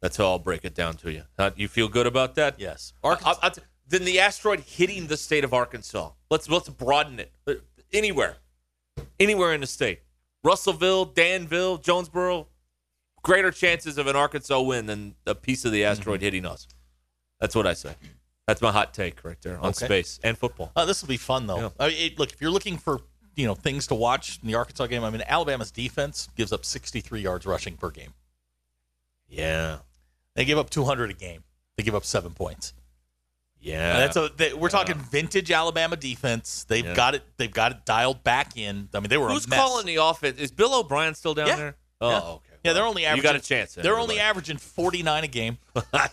Speaker 3: That's how I'll break it down to you. Uh, you feel good about that?
Speaker 5: Yes.
Speaker 3: Arkansas. then the asteroid hitting the state of Arkansas. Let's let's broaden it. Uh, Anywhere, anywhere in the state. Russellville, Danville, Jonesboro. Greater chances of an Arkansas win than a piece of the asteroid hitting us. That's what I say. That's my hot take right there on
Speaker 5: Okay.
Speaker 3: space and football.
Speaker 5: Uh, this will be fun though.
Speaker 3: Yeah.
Speaker 5: I mean, it, look, if you're looking for you know things to watch in the Arkansas game, I mean Alabama's defense gives up 63 yards rushing per game.
Speaker 3: Yeah,
Speaker 5: They give up 200 a game. They give up seven points.
Speaker 3: yeah.
Speaker 5: That's a they, we're talking vintage Alabama defense. They've
Speaker 3: Yeah.
Speaker 5: got it. They've got it dialed back in. I mean, they were
Speaker 3: who's
Speaker 5: a mess.
Speaker 3: calling the offense? Is Bill O'Brien still down
Speaker 5: Yeah.
Speaker 3: there? Oh,
Speaker 5: Yeah.
Speaker 3: okay.
Speaker 5: Yeah, they're only
Speaker 3: you
Speaker 5: averaging.
Speaker 3: got a chance. then,
Speaker 5: They're only
Speaker 3: everybody.
Speaker 5: averaging 49
Speaker 3: [laughs]
Speaker 5: a game,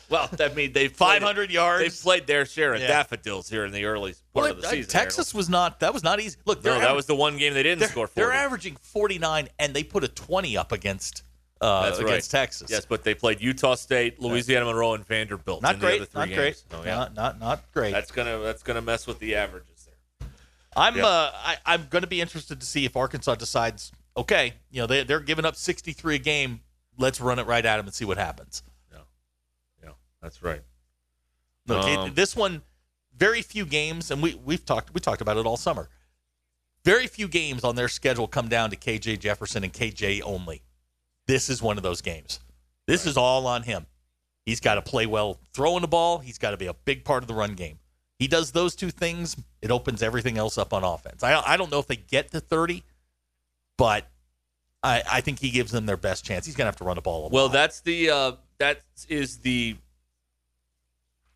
Speaker 3: well. I mean,
Speaker 5: [laughs]
Speaker 3: they
Speaker 5: 500 yards.
Speaker 3: They played their share of
Speaker 5: Yeah.
Speaker 3: daffodils here in the early part
Speaker 5: Well,
Speaker 3: of the
Speaker 5: I-
Speaker 3: season.
Speaker 5: Texas was not. That was not easy. Look,
Speaker 3: No,
Speaker 5: they're
Speaker 3: that
Speaker 5: aver-
Speaker 3: was the one game they didn't
Speaker 5: they're,
Speaker 3: score for.
Speaker 5: they're averaging 49, and they put a 20 up against uh,
Speaker 3: That's right.
Speaker 5: against Texas.
Speaker 3: Yes, but they played Utah State, Louisiana Monroe, and Vanderbilt.
Speaker 5: not
Speaker 3: in
Speaker 5: great.
Speaker 3: The other three
Speaker 5: not
Speaker 3: games.
Speaker 5: great.
Speaker 3: Oh, yeah.
Speaker 5: Not not not great.
Speaker 3: That's gonna that's gonna mess with the averages there.
Speaker 5: I'm
Speaker 3: yeah.
Speaker 5: uh, I, I'm going to be interested to see if Arkansas decides. Okay, you know they they're giving up 63 a game. Let's run it right at them and see what happens.
Speaker 3: Yeah, that's right.
Speaker 5: Look, it-
Speaker 3: Um,
Speaker 5: this one, very few games, and we we've talked we talked about it all summer. Very few games on their schedule come down to KJ Jefferson and KJ only. This is one of those games. This is all on him. He's got to play well throwing the ball. He's got to be a big part of the run game. He does those two things, it opens everything else up on offense. I I don't know if they get to 30, but I I think he gives them their best chance. He's gonna have to run the ball. A
Speaker 3: Well,
Speaker 5: lot.
Speaker 3: that's the uh, that is the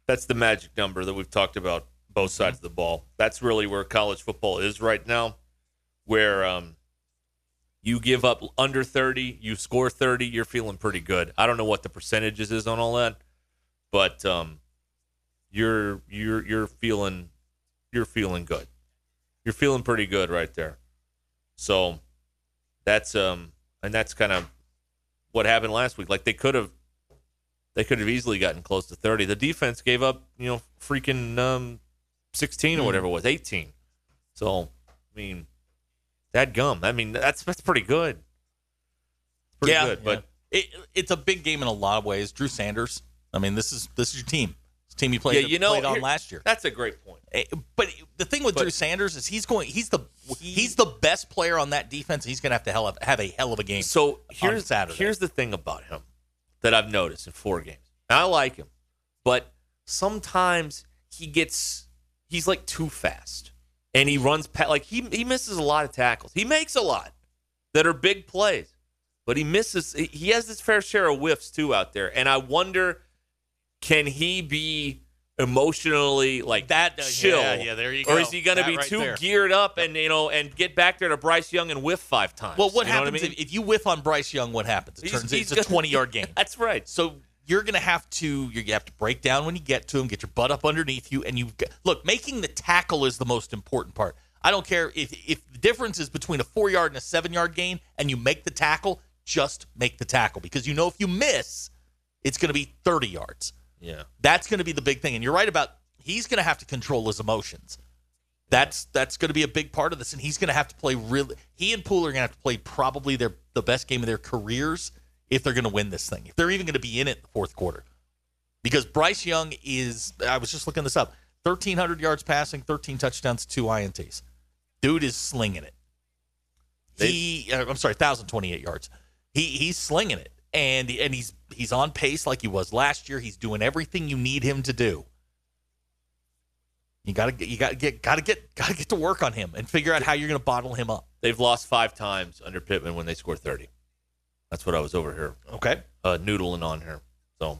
Speaker 3: that's the magic number that we've talked about both sides of the ball. That's really where college football is right now, where um, you give up under thirty, you score thirty, you're feeling pretty good. I don't know what the percentages is on all that, but um, you're you're you're feeling you're feeling good. You're feeling pretty good right there. So that's um and that's kind of what happened last week. Like they could have, they could have easily gotten close to thirty. The defense gave up, you know, freaking um, sixteen
Speaker 5: Mm-hmm.
Speaker 3: or whatever it was, eighteen. So I mean, that gum. I mean, that's that's pretty good. Pretty
Speaker 5: yeah,
Speaker 3: good, but
Speaker 5: yeah. it, it's a big game in a lot of ways. Drew Sanders. I mean, this is this is your team. It's the team you played,
Speaker 3: Yeah, you know,
Speaker 5: played on
Speaker 3: here-
Speaker 5: last year.
Speaker 3: that's a great point.
Speaker 5: Eh, But the thing with
Speaker 3: But-
Speaker 5: Drew Sanders is he's going. He's the he's the best player on that defense. and He's going to have to hell of, have a hell of a game.
Speaker 3: So here's
Speaker 5: Saturday.
Speaker 3: here's the thing about him that I've noticed in four games. And I like him, but sometimes he gets he's like too fast, and he runs pa- like he he misses a lot of tackles. He makes a lot that are big plays, but he misses. he- He has his fair share of whiffs too out there, and I wonder can he be emotionally like
Speaker 5: That-
Speaker 3: chill.
Speaker 5: yeah, yeah, there you
Speaker 3: Or
Speaker 5: go.
Speaker 3: is he going to
Speaker 5: That
Speaker 3: be
Speaker 5: right
Speaker 3: too
Speaker 5: there.
Speaker 3: geared up and you know and get back there to Bryce Young and whiff five times?
Speaker 5: Well, what
Speaker 3: You know I
Speaker 5: happens
Speaker 3: mean?
Speaker 5: if, if you whiff on Bryce Young? What happens? It
Speaker 3: He's-
Speaker 5: turns
Speaker 3: he's
Speaker 5: it's a
Speaker 3: gonna- [laughs]
Speaker 5: twenty-yard game.
Speaker 3: That's right.
Speaker 5: So you're gonna have to you have to break down when you get to him, get your butt up underneath you, and you look. Making the tackle is the most important part. I don't care if if the difference is between a four-yard and a seven-yard gain, and you make the tackle. Just make the tackle because you know if you miss, it's gonna be thirty yards.
Speaker 3: Yeah.
Speaker 5: That's going to be the big thing. And you're right about he's going to have to control his emotions. That's that's going to be a big part of this, and he's going to have to play really. He and Poole are going to have to play probably their the best game of their careers if they're going to win this thing. If they're even going to be in it in the fourth quarter, because Bryce Young is. I was just looking this up: thirteen hundred yards passing, thirteen touchdowns, two ints. Dude is slinging it. He, uh, I'm sorry, thousand twenty eight yards. He he's slinging it, and and he's he's on pace like he was last year. He's doing everything you need him to do. You gotta get you gotta get gotta get gotta get to work on him and figure out how you're gonna bottle him up.
Speaker 3: They've lost five times under Pittman when they scored 30. That's what I was over here
Speaker 5: Okay.
Speaker 3: uh, noodling on here. So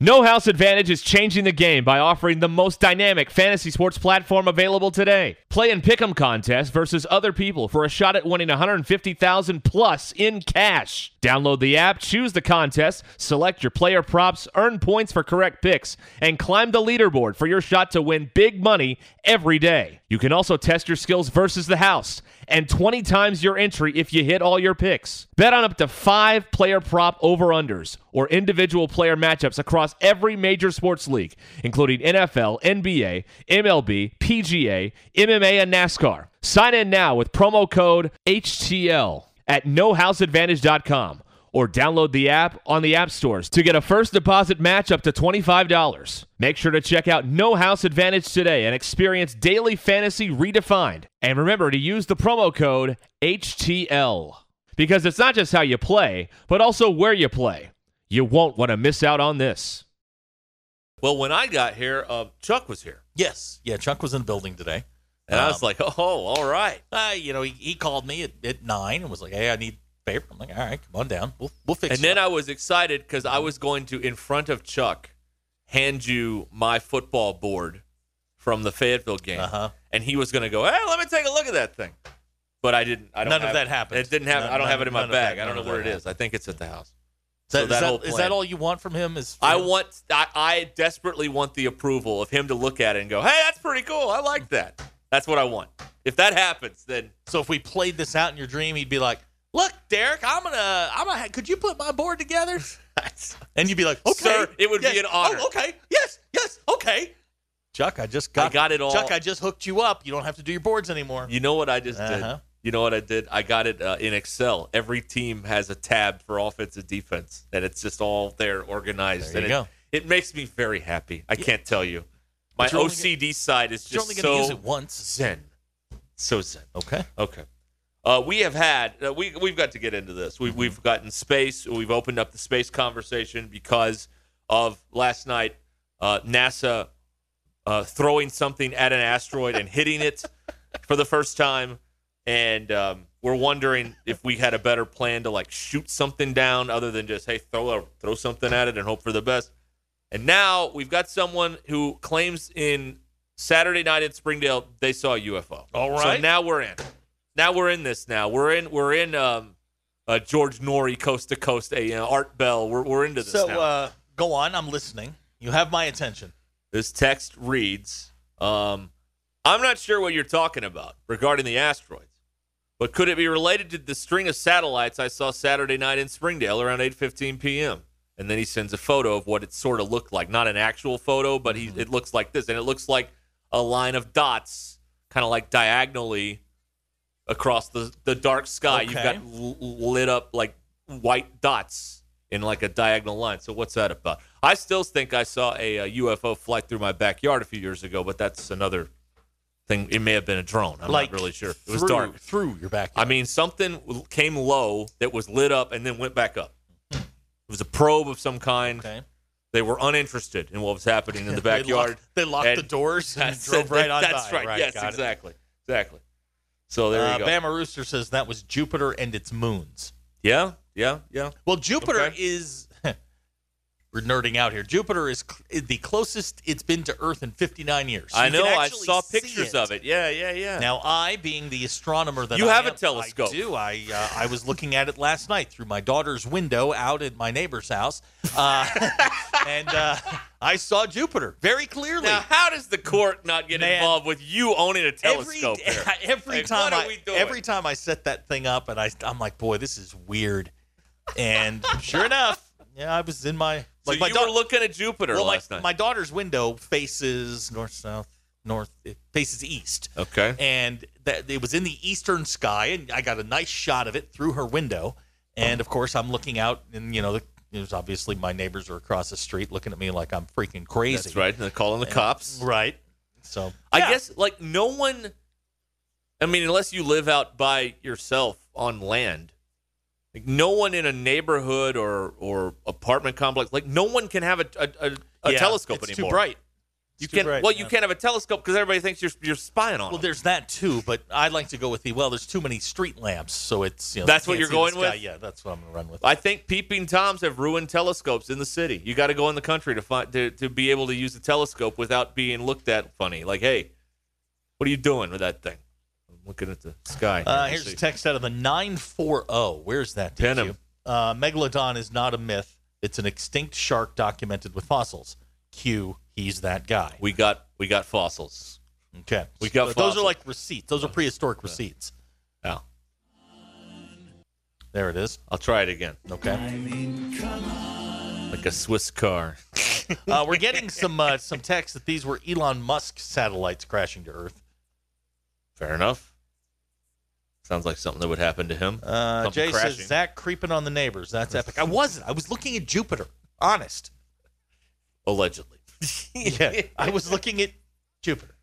Speaker 8: No House Advantage is changing the game by offering the most dynamic fantasy sports platform available today. Play in pick'em contests versus other people for a shot at winning 150,000 plus in cash. Download the app, choose the contest, select your player props, earn points for correct picks, and climb the leaderboard for your shot to win big money every day. You can also test your skills versus the house and 20 times your entry if you hit all your picks. Bet on up to five player prop over unders or individual player matchups across every major sports league, including NFL, NBA, MLB, PGA, MMA, and NASCAR. Sign in now with promo code HTL at nohouseadvantage.com or download the app on the app stores to get a first deposit match up to $25. Make sure to check out No House Advantage today and experience daily fantasy redefined. And remember to use the promo code HTL because it's not just how you play, but also where you play. You won't want to miss out on this.
Speaker 3: Well, when I got here, uh, Chuck was here,
Speaker 5: Yes. Yeah. Chuck was in the building today.
Speaker 3: and I was
Speaker 5: Um,
Speaker 3: like, [laughs] "Oh, all right."
Speaker 5: uh, you know, he, he called me at, at nine and was like, "Hey, I need a favor." I'm like, "All right, come on down. We'll we'll fix
Speaker 3: And
Speaker 5: it."
Speaker 3: then I was excited because I was going to, in front of Chuck, hand you my football board from the Fayetteville game,
Speaker 5: Uh-huh.
Speaker 3: and he was going to go, "Hey, let me take a look at that thing." But I didn't. I don't
Speaker 5: None of
Speaker 3: have-
Speaker 5: that happened.
Speaker 3: It didn't happen.
Speaker 5: None-
Speaker 3: I don't
Speaker 5: none-
Speaker 3: have it in my
Speaker 5: none of that-
Speaker 3: bag. I don't
Speaker 5: none
Speaker 3: know
Speaker 5: of
Speaker 3: where it
Speaker 5: that
Speaker 3: is. I think it's at the house.
Speaker 5: Is that-
Speaker 3: so
Speaker 5: is
Speaker 3: that
Speaker 5: that-
Speaker 3: whole
Speaker 5: is
Speaker 3: plan-
Speaker 5: that all you want from him? Is
Speaker 3: I want. I, I desperately want the approval of him to look at it and go, "Hey, that's pretty cool. I like that." That's what I want. If that happens,
Speaker 5: [laughs]
Speaker 3: then
Speaker 5: So if we played this out in your dream, he'd be like, "Look, Derek, I'm gonna, I'm gonna. Could you put my board together?" and you'd be like, "Okay,
Speaker 3: Sir, it would be
Speaker 5: yes.
Speaker 3: an honor."
Speaker 5: Oh, okay, yes, yes, okay." Chuck, I just
Speaker 3: I
Speaker 5: got,
Speaker 3: got it all.
Speaker 5: Chuck, I just hooked you up. You don't have to do your boards anymore.
Speaker 3: You know what I just
Speaker 5: Uh-huh.
Speaker 3: did? You know what I did? I got it uh, in Excel. Every team has a tab for offense and defense, and it's just all there organized.
Speaker 5: There you
Speaker 3: and it, it makes me very happy. I can't tell you. My
Speaker 5: But you're only
Speaker 3: OCD side is
Speaker 5: You're
Speaker 3: just
Speaker 5: only gonna use
Speaker 3: so
Speaker 5: it once.
Speaker 3: zen. So zen.
Speaker 5: Okay.
Speaker 3: Okay. Uh, we have had uh, we we've got to get into this.
Speaker 5: Mm-hmm.
Speaker 3: We've we've gotten space. We've opened up the space conversation because of last night uh, NASA uh, throwing something at an asteroid and hitting it for the first time, and um, we're wondering if we had a better plan to like shoot something down other than just hey throw a, throw something at it and hope for the best. And now we've got someone who claims in Saturday night in Springdale they saw a UFO.
Speaker 5: All
Speaker 3: So
Speaker 5: right.
Speaker 3: now we're in. Now we're in this. Now we're in. We're in. Um, uh, George Norrie, coast to coast, a uh, Art Bell. We're we're into this
Speaker 5: So
Speaker 3: now.
Speaker 5: uh, go on. I'm listening. You have my attention.
Speaker 3: This text reads, um, I'm not sure what you're talking about regarding the asteroids, but could it be related to the string of satellites I saw Saturday night in Springdale around 8:15 p.m.? And then he sends a photo of what it sort of looked like, not an actual photo, but he it looks like this and it looks like a line of dots kind of like diagonally across the the dark sky. You've got
Speaker 5: Okay.
Speaker 3: l- lit up like white dots in like a diagonal line. So what's that about? I still think I saw a, uh UFO fly through my backyard a few years ago, but that's another thing. It may have been a drone. I'm
Speaker 5: Like,
Speaker 3: not really sure. It was
Speaker 5: through,
Speaker 3: dark.
Speaker 5: through your back.
Speaker 3: I mean, something w- came low that was lit up and then went back up. It was a probe of some kind.
Speaker 5: Okay.
Speaker 3: They were uninterested in what was happening in the
Speaker 5: [laughs] They locked-
Speaker 3: backyard.
Speaker 5: they locked
Speaker 3: And
Speaker 5: the
Speaker 3: [laughs]
Speaker 5: doors and
Speaker 3: that's
Speaker 5: drove
Speaker 3: it.
Speaker 5: right on
Speaker 3: That's
Speaker 5: by.
Speaker 3: right.
Speaker 5: Right,
Speaker 3: yes,
Speaker 5: got it.
Speaker 3: exactly. Exactly. So there you
Speaker 5: uh,
Speaker 3: go.
Speaker 5: Bama Rooster says that was Jupiter and its moons.
Speaker 3: Yeah, yeah, yeah.
Speaker 5: Well, Jupiter
Speaker 3: Okay.
Speaker 5: is. [laughs] we're nerding out here. Jupiter is cl- is the closest it's been to Earth in 59 years. So
Speaker 3: I
Speaker 5: you can
Speaker 3: know. I
Speaker 5: actually
Speaker 3: saw
Speaker 5: see
Speaker 3: pictures of it. Yeah, yeah, yeah.
Speaker 5: Now, I, being the astronomer that
Speaker 3: You
Speaker 5: I
Speaker 3: have a
Speaker 5: am,
Speaker 3: telescope.
Speaker 5: I do. I uh, I was looking at it last night through my daughter's window out at my neighbor's house, uh, [laughs] and uh, I saw Jupiter very clearly.
Speaker 3: Now, how does the court not get
Speaker 5: Man.
Speaker 3: involved with you owning a telescope?
Speaker 5: [laughs] every,
Speaker 3: here?
Speaker 5: every
Speaker 3: Like,
Speaker 5: time
Speaker 3: what are
Speaker 5: I,
Speaker 3: we doing?
Speaker 5: every time I set that thing up, and I I'm like, boy, this is weird. And sure enough, yeah, I was in my
Speaker 3: so
Speaker 5: like my
Speaker 3: you
Speaker 5: daughter.
Speaker 3: were looking at Jupiter
Speaker 5: well,
Speaker 3: last
Speaker 5: my,
Speaker 3: night.
Speaker 5: my daughter's window faces north south north it faces east
Speaker 3: okay.
Speaker 5: and that it was in the eastern sky and i got a nice shot of it through her window and of course i'm looking out and you know the, there's obviously my neighbors are across the street looking at me like i'm freaking crazy
Speaker 3: That's right. And they're calling the cops.
Speaker 5: right so
Speaker 3: I guess like no one. I mean, unless you live out by yourself on land, like no one in a neighborhood or or apartment complex, like no one can have a a, a, a
Speaker 5: Yeah,
Speaker 3: telescope
Speaker 5: it's
Speaker 3: anymore.
Speaker 5: too bright
Speaker 3: You
Speaker 5: too
Speaker 3: can't.
Speaker 5: bright,
Speaker 3: well, you
Speaker 5: yeah.
Speaker 3: can't have a telescope because everybody thinks you're you're spying on
Speaker 5: well
Speaker 3: them.
Speaker 5: there's that too but i'd like to go with the well there's too many street lamps so it's you know
Speaker 3: That's
Speaker 5: you
Speaker 3: what
Speaker 5: can't
Speaker 3: you're
Speaker 5: see the
Speaker 3: going
Speaker 5: sky.
Speaker 3: with?
Speaker 5: yeah that's what i'm gonna run with
Speaker 3: I think peeping toms have ruined telescopes in the city. You got to go in the country to find to, to be able to use a telescope without being looked at funny. Like, hey, what are you doing with that thing? I'm looking at the sky.
Speaker 5: Uh,
Speaker 3: here.
Speaker 5: here's
Speaker 3: Let's
Speaker 5: a
Speaker 3: see.
Speaker 5: text out of the 940. Where's that?
Speaker 3: Pin
Speaker 5: DQ?
Speaker 3: 'em.
Speaker 5: Uh, Megalodon is not a myth. It's an extinct shark documented with fossils. Q, he's that guy.
Speaker 3: we got we got fossils.
Speaker 5: Okay.
Speaker 3: We got
Speaker 5: But those are
Speaker 3: fossils.
Speaker 5: like receipts. Those are prehistoric receipts.
Speaker 3: Oh,
Speaker 5: There it is.
Speaker 3: I'll try it again.
Speaker 5: Okay.
Speaker 3: Like a Swiss car.
Speaker 5: Uh, we're getting some uh, some texts that these were Elon Musk satellites crashing to Earth.
Speaker 3: Fair enough. Sounds like something that would happen to him.
Speaker 5: Uh,
Speaker 3: Something
Speaker 5: Jay
Speaker 3: crashing.
Speaker 5: says Zach creeping on the neighbors. That's epic. I wasn't. I was looking at Jupiter. Honest.
Speaker 3: allegedly.
Speaker 5: Yeah. I was looking at Jupiter.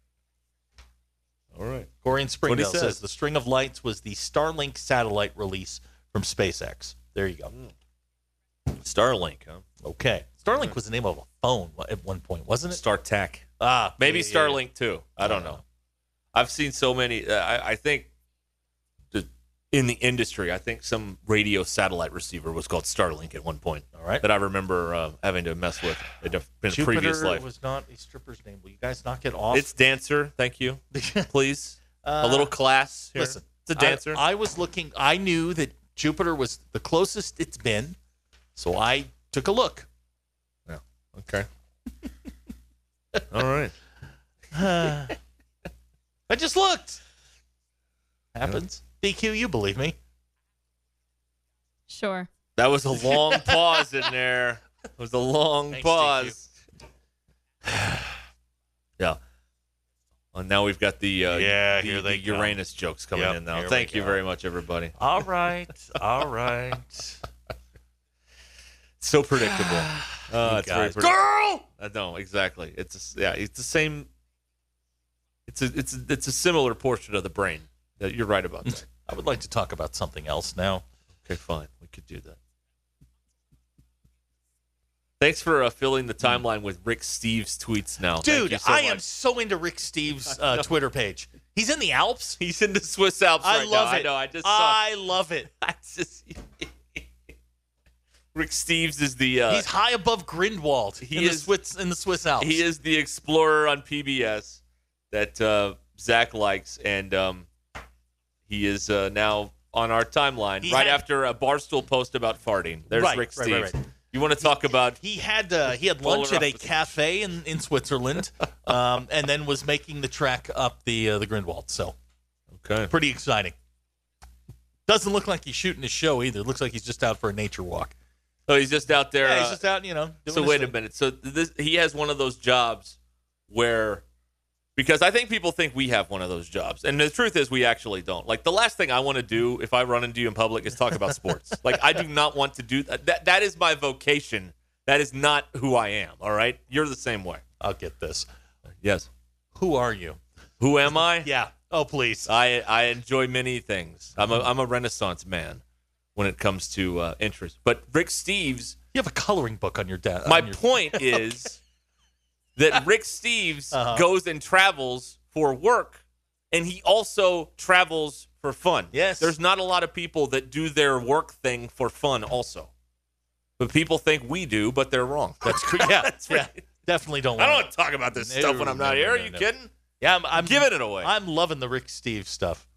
Speaker 3: All right.
Speaker 5: Corey in
Speaker 3: he
Speaker 5: Springdale says.
Speaker 3: says.
Speaker 5: the string of lights was the Starlink satellite release from SpaceX. There you go.
Speaker 3: Hmm. Starlink, huh? Hmm.
Speaker 5: Okay. Starlink was the name of a phone wa- at one point, wasn't it?
Speaker 3: StarTech.
Speaker 5: Ah,
Speaker 3: Maybe
Speaker 5: yeah, yeah, yeah.
Speaker 3: Starlink too. I don't
Speaker 5: Yeah.
Speaker 3: know. I've seen so many. Uh, I, I think the, in the industry, I think some radio satellite receiver was called Starlink at one point
Speaker 5: All right.
Speaker 3: that I remember uh, having to mess with in a, in a
Speaker 5: Jupiter
Speaker 3: previous life.
Speaker 5: was not a stripper's name. Will you guys knock it off?
Speaker 3: It's dancer. Thank
Speaker 5: [laughs]
Speaker 3: you. Please,
Speaker 5: Uh,
Speaker 3: a little class. Here.
Speaker 5: Listen,
Speaker 3: it's a dancer.
Speaker 5: I, I was looking. I knew that Jupiter was the closest it's been, so I took
Speaker 3: [laughs]
Speaker 5: a look.
Speaker 3: okay. All right.
Speaker 5: I just looked. Happens. DQ, you believe me?
Speaker 6: Sure.
Speaker 3: That was a long
Speaker 5: [laughs]
Speaker 3: pause in there. It was a long
Speaker 5: Thanks,
Speaker 3: pause. [sighs] yeah. And now we've got the uh,
Speaker 5: Yeah,
Speaker 3: the,
Speaker 5: here they
Speaker 3: the
Speaker 5: come.
Speaker 3: Uranus jokes coming
Speaker 5: Yep,
Speaker 3: in now.
Speaker 5: here we
Speaker 3: Thank you
Speaker 5: go.
Speaker 3: very much, everybody.
Speaker 5: All right. All right.
Speaker 3: So predictable.
Speaker 5: [sighs]
Speaker 3: Uh, it's very
Speaker 5: guys.
Speaker 3: predictable. Girl. I know exactly. It's a, yeah. It's the same. It's a it's a, it's a similar portion of the brain. Yeah, You're right about that.
Speaker 5: I would like to talk about something else now.
Speaker 3: Okay, fine. We could do that. Thanks for uh, filling the timeline with Rick Steves tweets now. Thank
Speaker 5: Dude,
Speaker 3: you so
Speaker 5: I am
Speaker 3: much. [laughs]
Speaker 5: so into Rick Steve's uh, Twitter page. He's in the Alps.
Speaker 3: He's in the Swiss Alps
Speaker 5: I
Speaker 3: right
Speaker 5: love
Speaker 3: now.
Speaker 5: it.
Speaker 3: I know. I just saw.
Speaker 5: [laughs] I love it.
Speaker 3: I just. [laughs] Rick Steves is the. Uh,
Speaker 5: He's high above Grindwald.
Speaker 3: He
Speaker 5: in
Speaker 3: is-
Speaker 5: the Swiss in the Swiss Alps.
Speaker 3: He is the explorer on PBS that uh, Zach likes, and um, he is uh, now on our timeline
Speaker 5: He
Speaker 3: right
Speaker 5: had-
Speaker 3: after a Barstool post about farting. There's
Speaker 5: Right,
Speaker 3: Rick
Speaker 5: right,
Speaker 3: Steves.
Speaker 5: right, right.
Speaker 3: You want to talk about?
Speaker 5: He had uh, he had
Speaker 3: Polar
Speaker 5: lunch at a
Speaker 3: opposite.
Speaker 5: cafe in,
Speaker 3: [laughs]
Speaker 5: in Switzerland, um, and then was making the trek up the uh, the Grindwald. So
Speaker 3: Okay.
Speaker 5: pretty exciting. Doesn't look like he's shooting his show either. Looks like he's just out for a nature walk.
Speaker 3: Oh, he's just out there.
Speaker 5: Yeah, he's
Speaker 3: uh,
Speaker 5: just out, you know. Doing
Speaker 3: so
Speaker 5: his
Speaker 3: wait
Speaker 5: thing.
Speaker 3: a minute. So this he has one of those jobs where because I think people think we have one of those jobs. And the truth is we actually don't. Like the last thing I want to do if I run into you in public is talk about sports. Like I do not want to do that. that that is my vocation. That is not who I am, all right? You're the same way.
Speaker 5: I'll get this.
Speaker 3: Yes.
Speaker 5: Who are you?
Speaker 3: Who am I?
Speaker 5: Yeah. Oh please.
Speaker 3: I I enjoy many things. I'm a I'm a renaissance man when it comes to uh interest. But Rick Steves
Speaker 5: You have a coloring book on your desk.
Speaker 3: My [laughs] point is that Rick Steves
Speaker 5: Uh-huh.
Speaker 3: goes and travels for work, and he also travels for fun.
Speaker 5: Yes.
Speaker 3: There's not a lot of people that do their work thing for fun, also. But people think we do, but they're [laughs] wrong.
Speaker 5: [laughs] That's cr- yeah. yeah.
Speaker 3: right.
Speaker 5: Definitely don't.
Speaker 3: I don't
Speaker 5: want
Speaker 3: want to talk about this
Speaker 5: No,
Speaker 3: stuff when I'm not
Speaker 5: no,
Speaker 3: here.
Speaker 5: no,
Speaker 3: Are you
Speaker 5: no.
Speaker 3: kidding?
Speaker 5: Yeah, I'm, I'm
Speaker 3: Giving it away.
Speaker 5: I'm loving the Rick Steve stuff.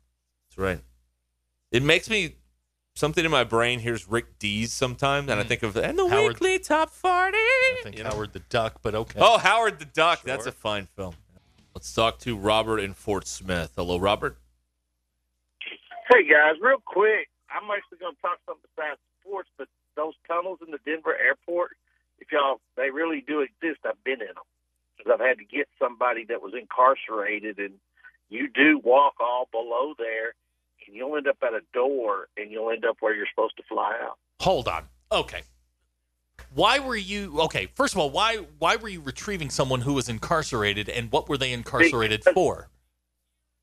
Speaker 3: That's right. It makes me something in my brain hears Rick D's sometimes, and I think of and the
Speaker 5: Howard-
Speaker 3: weekly top forty.
Speaker 5: I think
Speaker 3: You know?
Speaker 5: Howard the Duck, but okay.
Speaker 3: Oh, Howard the Duck. That's
Speaker 5: Sure.
Speaker 3: a fine film. Let's talk to Robert in Fort Smith. Hello, Robert.
Speaker 7: Hey guys, real quick, I'm actually going to talk something besides sports, but those tunnels in the Denver airport, if y'all, they really do exist. I've been in them because I've had to get somebody that was incarcerated, and you do walk all below there, and you'll end up at a door, and you'll end up where you're supposed to fly out.
Speaker 5: Hold on. Okay. Why were you okay? First of all, why why were you retrieving someone who was incarcerated, and what were they incarcerated for?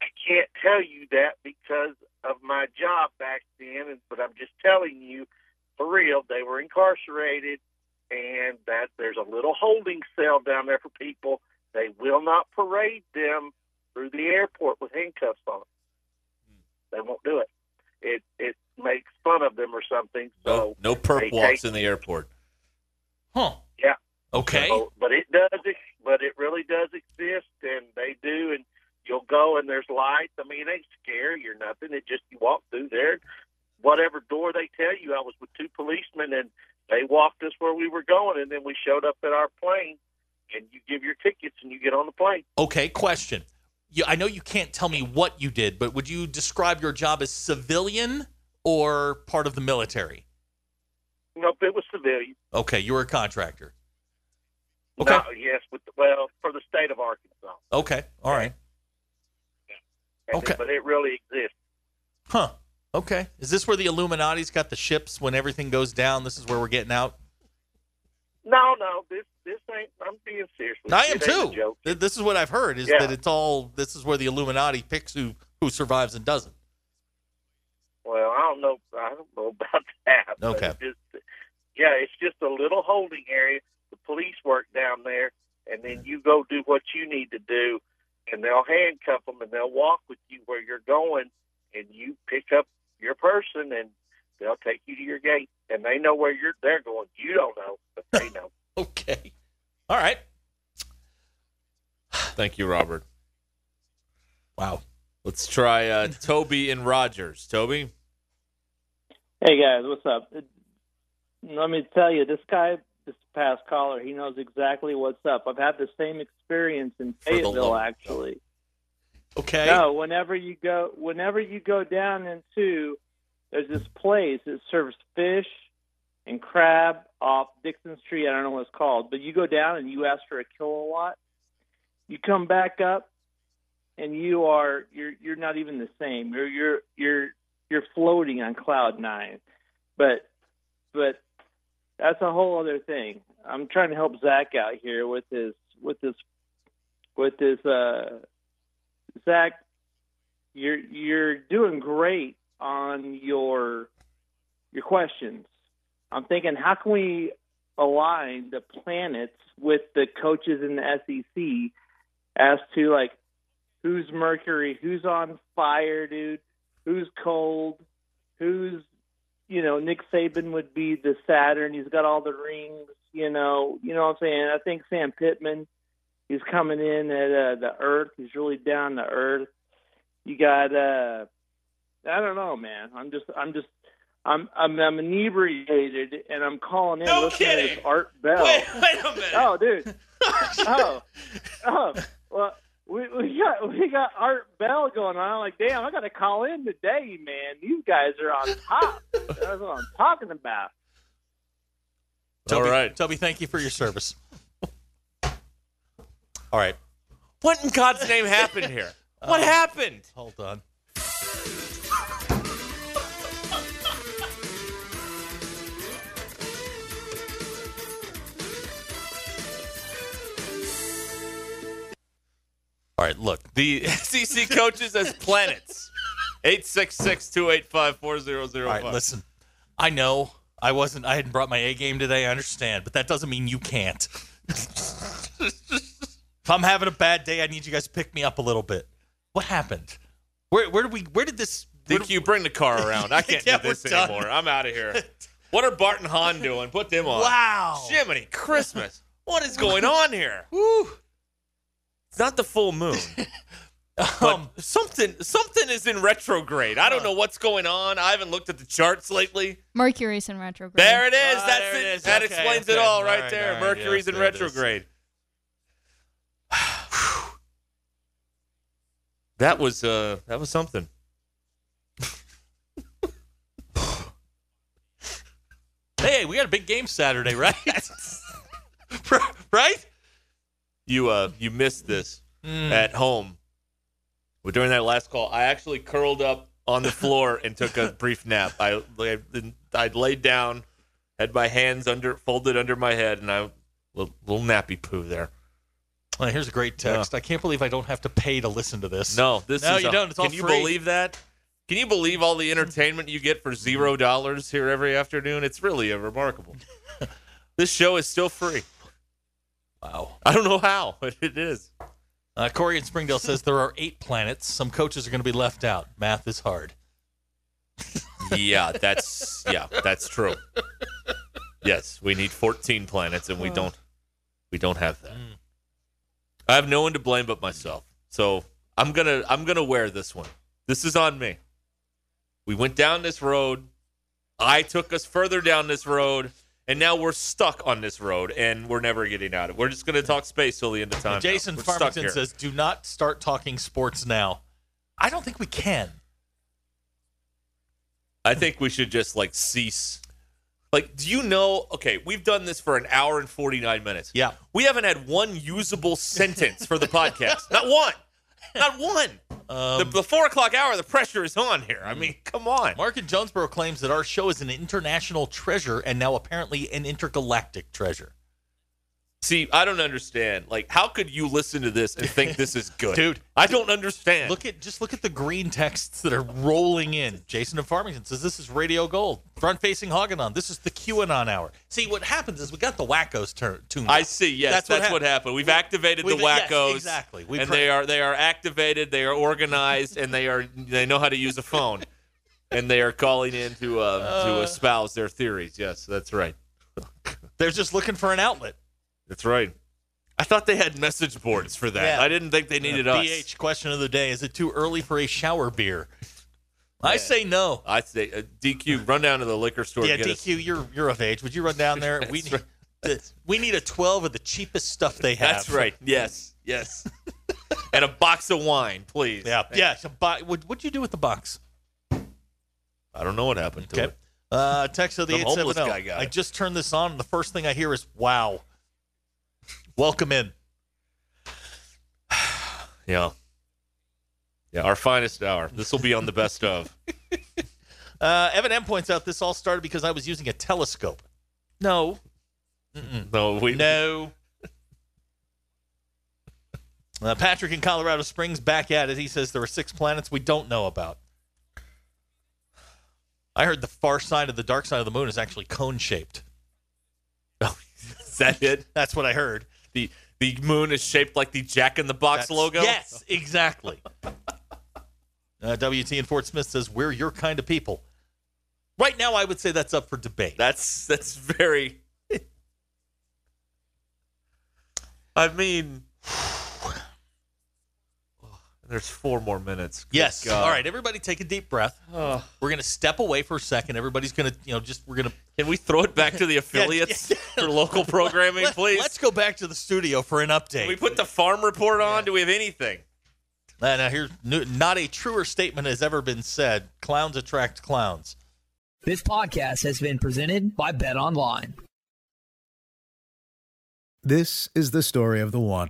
Speaker 7: I can't tell you that because of my job back then, and- but I'm just telling you for real, they were incarcerated, and that there's a little holding cell down there for people. They will not parade them through the airport with handcuffs on. They won't do it. It it makes fun of them or something. So
Speaker 3: No, no perp
Speaker 7: they
Speaker 3: walks
Speaker 7: take-
Speaker 3: in the airport.
Speaker 5: Huh?
Speaker 7: Yeah.
Speaker 5: Okay.
Speaker 7: So- but it does. ex- But it really does exist, and they do. And you'll go, and there's lights. I mean, it ain't scary or nothing. It just you walk through there, whatever door they tell you. I was with two policemen, and they walked us where we were going, and then we showed up at our plane, and you give your tickets, and you get on the plane.
Speaker 5: Okay. Question. You, I know you can't tell me what you did, but would you describe your job as civilian or part of the military?
Speaker 7: Nope, it was civilian.
Speaker 5: Okay, you were a contractor. Okay.
Speaker 7: No, yes, with the, well for the state of Arkansas.
Speaker 5: Okay. All right.
Speaker 7: And
Speaker 5: Okay.
Speaker 7: it- but it really exists.
Speaker 5: Huh. Okay. Is this where the Illuminati's got the ships when everything goes down? This [laughs] is where we're getting out?
Speaker 7: No, no, this this ain't. I'm being serious. with
Speaker 5: I
Speaker 7: you.
Speaker 5: am
Speaker 7: It ain't a
Speaker 5: too.
Speaker 7: joke.
Speaker 5: Th- This is what I've heard is
Speaker 7: Yeah.
Speaker 5: that it's all this is where the Illuminati picks who who survives and doesn't.
Speaker 7: Well, I don't know. I don't know [laughs] about that. but
Speaker 5: Okay.
Speaker 7: it's Just, yeah, it's just a little holding area. The police work down there, and then you go do what you need to do, and they'll handcuff them and they'll walk with you where you're going, and you pick up your person and they'll take you to your gate, and they know where you're. They're going. You don't know, but they know.
Speaker 5: Okay. All right.
Speaker 3: Thank you, Robert.
Speaker 5: Wow.
Speaker 3: Let's try uh, Toby and Rogers. Toby,
Speaker 9: [laughs] Hey guys, what's up? Uh, Let me tell you, this guy, this past caller, he knows exactly what's up. I've had the same experience in
Speaker 3: For the
Speaker 9: Fayetteville,
Speaker 3: love of
Speaker 9: actually.
Speaker 5: Okay. [laughs]
Speaker 9: No, whenever you go, whenever you go down into, there's this place that serves fish and crab off Dixon Street. I don't know what it's called, but you go down and you ask for a kilowatt. You come back up, and you are you're you're not even the same. You're you're you're you're floating on cloud nine, but but that's a whole other thing. I'm trying to help Zach out here with his with his with his uh Zach, you're you're doing great on your your questions. I'm thinking, how can we align the planets with the coaches in the SEC as E to like who's Mercury, who's on fire, dude, who's cold, who's you know Nick Saban would be the Saturn. He's got all the rings. You know, you know what I'm saying. I think Sam Pittman, he's coming in at uh, the Earth. He's really down to earth. You got uh, I don't know, man. I'm just I'm just I'm I'm, I'm inebriated and I'm calling in. No kidding. Art Bell. Wait, wait a minute. Oh, dude. oh, oh. Well, we, we got we got Art Bell going on. I'm like, damn, I got to call in today, man. These guys are on top. That's what I'm talking about.
Speaker 5: Toby, All right. Toby, thank you for your service. All right.
Speaker 3: What in God's name happened
Speaker 5: [laughs]
Speaker 3: here? What
Speaker 5: Uh,
Speaker 3: happened?
Speaker 5: Hold on. [laughs] All right, look.
Speaker 3: The SEC coaches as planets. 866 285 4005.
Speaker 5: All right, listen. I know I wasn't. I hadn't brought my A game today. I understand, but that doesn't mean you can't. if I'm having a bad day, I need you guys to pick me up a little bit. What happened? Where where did we? Where did this?
Speaker 3: Think you bring the car around. I can't
Speaker 5: [laughs] Yeah,
Speaker 3: do this
Speaker 5: we're done.
Speaker 3: anymore. I'm out of
Speaker 5: [laughs]
Speaker 3: here. What are Bart and Hahn doing? Put them on.
Speaker 5: Wow.
Speaker 3: Jiminy
Speaker 5: [laughs]
Speaker 3: Christmas. What is going on here?
Speaker 5: Woo.
Speaker 3: It's not the full
Speaker 5: [laughs]
Speaker 3: moon.
Speaker 5: Um.
Speaker 3: But something something is in retrograde.
Speaker 5: Uh.
Speaker 3: I don't know what's going on. I haven't looked at the charts lately.
Speaker 6: Mercury's in retrograde.
Speaker 3: There it is.
Speaker 5: Ah,
Speaker 3: That's
Speaker 5: there
Speaker 3: it.
Speaker 5: it is.
Speaker 3: That
Speaker 5: Okay,
Speaker 3: explains it
Speaker 5: okay.
Speaker 3: all right
Speaker 5: All right,
Speaker 3: there.
Speaker 5: all right,
Speaker 3: Mercury's
Speaker 5: yes,
Speaker 3: in
Speaker 5: there it is.
Speaker 3: retrograde. [sighs] that was uh that was something.
Speaker 5: Hey, we got a big game
Speaker 3: [laughs]
Speaker 5: Saturday, right? right?
Speaker 3: You uh you missed this
Speaker 5: Mm.
Speaker 3: at home. Well, during that last call, I actually curled up on the floor and took
Speaker 5: [laughs]
Speaker 3: a brief nap. I I, I laid down, had my hands under folded under my head, and I little, little nappy poo there.
Speaker 5: Well, here's a great text. I can't believe I don't have to pay to listen to this.
Speaker 3: No, this
Speaker 5: no,
Speaker 3: is
Speaker 5: you
Speaker 3: a-
Speaker 5: don't. It's all
Speaker 3: Can you
Speaker 5: free.
Speaker 3: believe that? Can you believe all the entertainment you get for zero dollars here every afternoon? It's really a
Speaker 5: [laughs]
Speaker 3: remarkable. this show is still free.
Speaker 5: Wow.
Speaker 3: I don't know how, but it is.
Speaker 5: Uh, Corey in Springdale says there are eight planets. Some coaches are going to be left out. Math is hard.
Speaker 3: Yeah, that's yeah, that's true. Yes, we need 14 planets, and we don't we don't have that.
Speaker 5: Mm.
Speaker 3: I have no one to blame but myself. So I'm gonna I'm gonna wear this one. This is on me. We went down this road. I took us further down this road, and now we're stuck on this road, and we're never getting out of it. We're just gonna talk space till the end of time. now.
Speaker 5: Jason
Speaker 3: We're stuck
Speaker 5: Farmington
Speaker 3: here.
Speaker 5: says, "Do not start talking sports now." I don't think we can.
Speaker 3: I think we should just like cease. Like, do you know? Okay, we've done this for an hour and 49 minutes.
Speaker 5: Yeah.
Speaker 3: We haven't had one usable sentence for the podcast. Not one. Not one. the, the four o'clock hour, the pressure is on here. I mean, come on.
Speaker 5: Um, Hmm. Mark in Jonesboro claims that our show is an international treasure and now apparently an intergalactic treasure.
Speaker 3: See, I don't understand. Like, how could you listen to this and think this is good?
Speaker 5: [laughs] Dude.
Speaker 3: I don't understand.
Speaker 5: Look at just look at the green texts that are rolling in. Jason in Farmington says this is Radio Gold. Front facing Haganon. This is the QAnon hour. See what happens is we got the wackos turn tuned.
Speaker 3: I
Speaker 5: up.
Speaker 3: see. Yes, that's, what,
Speaker 5: hap-
Speaker 3: happened. We've activated
Speaker 5: We've-
Speaker 3: the
Speaker 5: yes,
Speaker 3: wackos.
Speaker 5: exactly. We
Speaker 3: and
Speaker 5: pre-
Speaker 3: they are they are activated. They are organized, and they are they know how to use a
Speaker 5: [laughs]
Speaker 3: phone, and they are calling in to uh, to
Speaker 5: Uh.
Speaker 3: espouse their theories. Yes, that's right.
Speaker 5: They're just looking for an outlet.
Speaker 3: That's right. I thought they had message boards for that.
Speaker 5: Yeah.
Speaker 3: I didn't think they needed
Speaker 5: Uh,
Speaker 3: us.
Speaker 5: BH question of the day: Is it too early for a shower beer? I
Speaker 3: Yeah.
Speaker 5: say no.
Speaker 3: I say uh, DQ, run down to the liquor store.
Speaker 5: Yeah,
Speaker 3: and get us-
Speaker 5: DQ, you're you're of age. Would you run down
Speaker 3: [laughs]
Speaker 5: there? we need, the- we need a twelve of the cheapest stuff they have.
Speaker 3: That's right. Yes,
Speaker 5: [laughs]
Speaker 3: yes. and a box of wine, please.
Speaker 5: Yeah, yeah. So, bo- what would you do with the box?
Speaker 3: I don't know what happened to
Speaker 5: Okay.
Speaker 3: it.
Speaker 5: Uh, text of the
Speaker 3: Some
Speaker 5: eight
Speaker 3: homeless
Speaker 5: seven zero.
Speaker 3: guy got
Speaker 5: I
Speaker 3: it.
Speaker 5: just turned this on, and the first thing I hear is "Wow." Welcome in.
Speaker 3: Yeah. Yeah. Our finest hour. This will be on the best of.
Speaker 5: Uh, Evan M points out this all started because I was using a telescope. No, Mm-mm.
Speaker 3: [laughs] No, we [laughs]
Speaker 5: no. [laughs] Uh, Patrick in Colorado Springs back at it. He says there are six planets we don't know about. I heard the far side of the dark side of the moon is actually cone shaped.
Speaker 3: Is that it?
Speaker 5: That's what I heard.
Speaker 3: The the moon is shaped like the Jack in the Box
Speaker 5: That's-
Speaker 3: logo.
Speaker 5: Yes, exactly. [laughs] Uh, WT in Fort Smith says, We're your kind of people. Right now, I would say that's up for debate.
Speaker 3: That's that's very. [laughs] I mean, [sighs] there's four more minutes. Good
Speaker 5: Yes.
Speaker 3: God.
Speaker 5: All right, everybody take a deep breath.
Speaker 3: Ugh.
Speaker 5: We're going to step away for a second. Everybody's going to, you know, just, we're going to.
Speaker 3: Can we throw it [laughs] back to the affiliates for [laughs] local programming, please?
Speaker 5: Let's go back to the studio for an update.
Speaker 3: Can we put the farm report on? Do we have anything?
Speaker 5: Uh, now here's new, not a truer statement has ever been said. Clowns attract clowns.
Speaker 10: This podcast has been presented by Bet Online.
Speaker 11: This is the story of the one.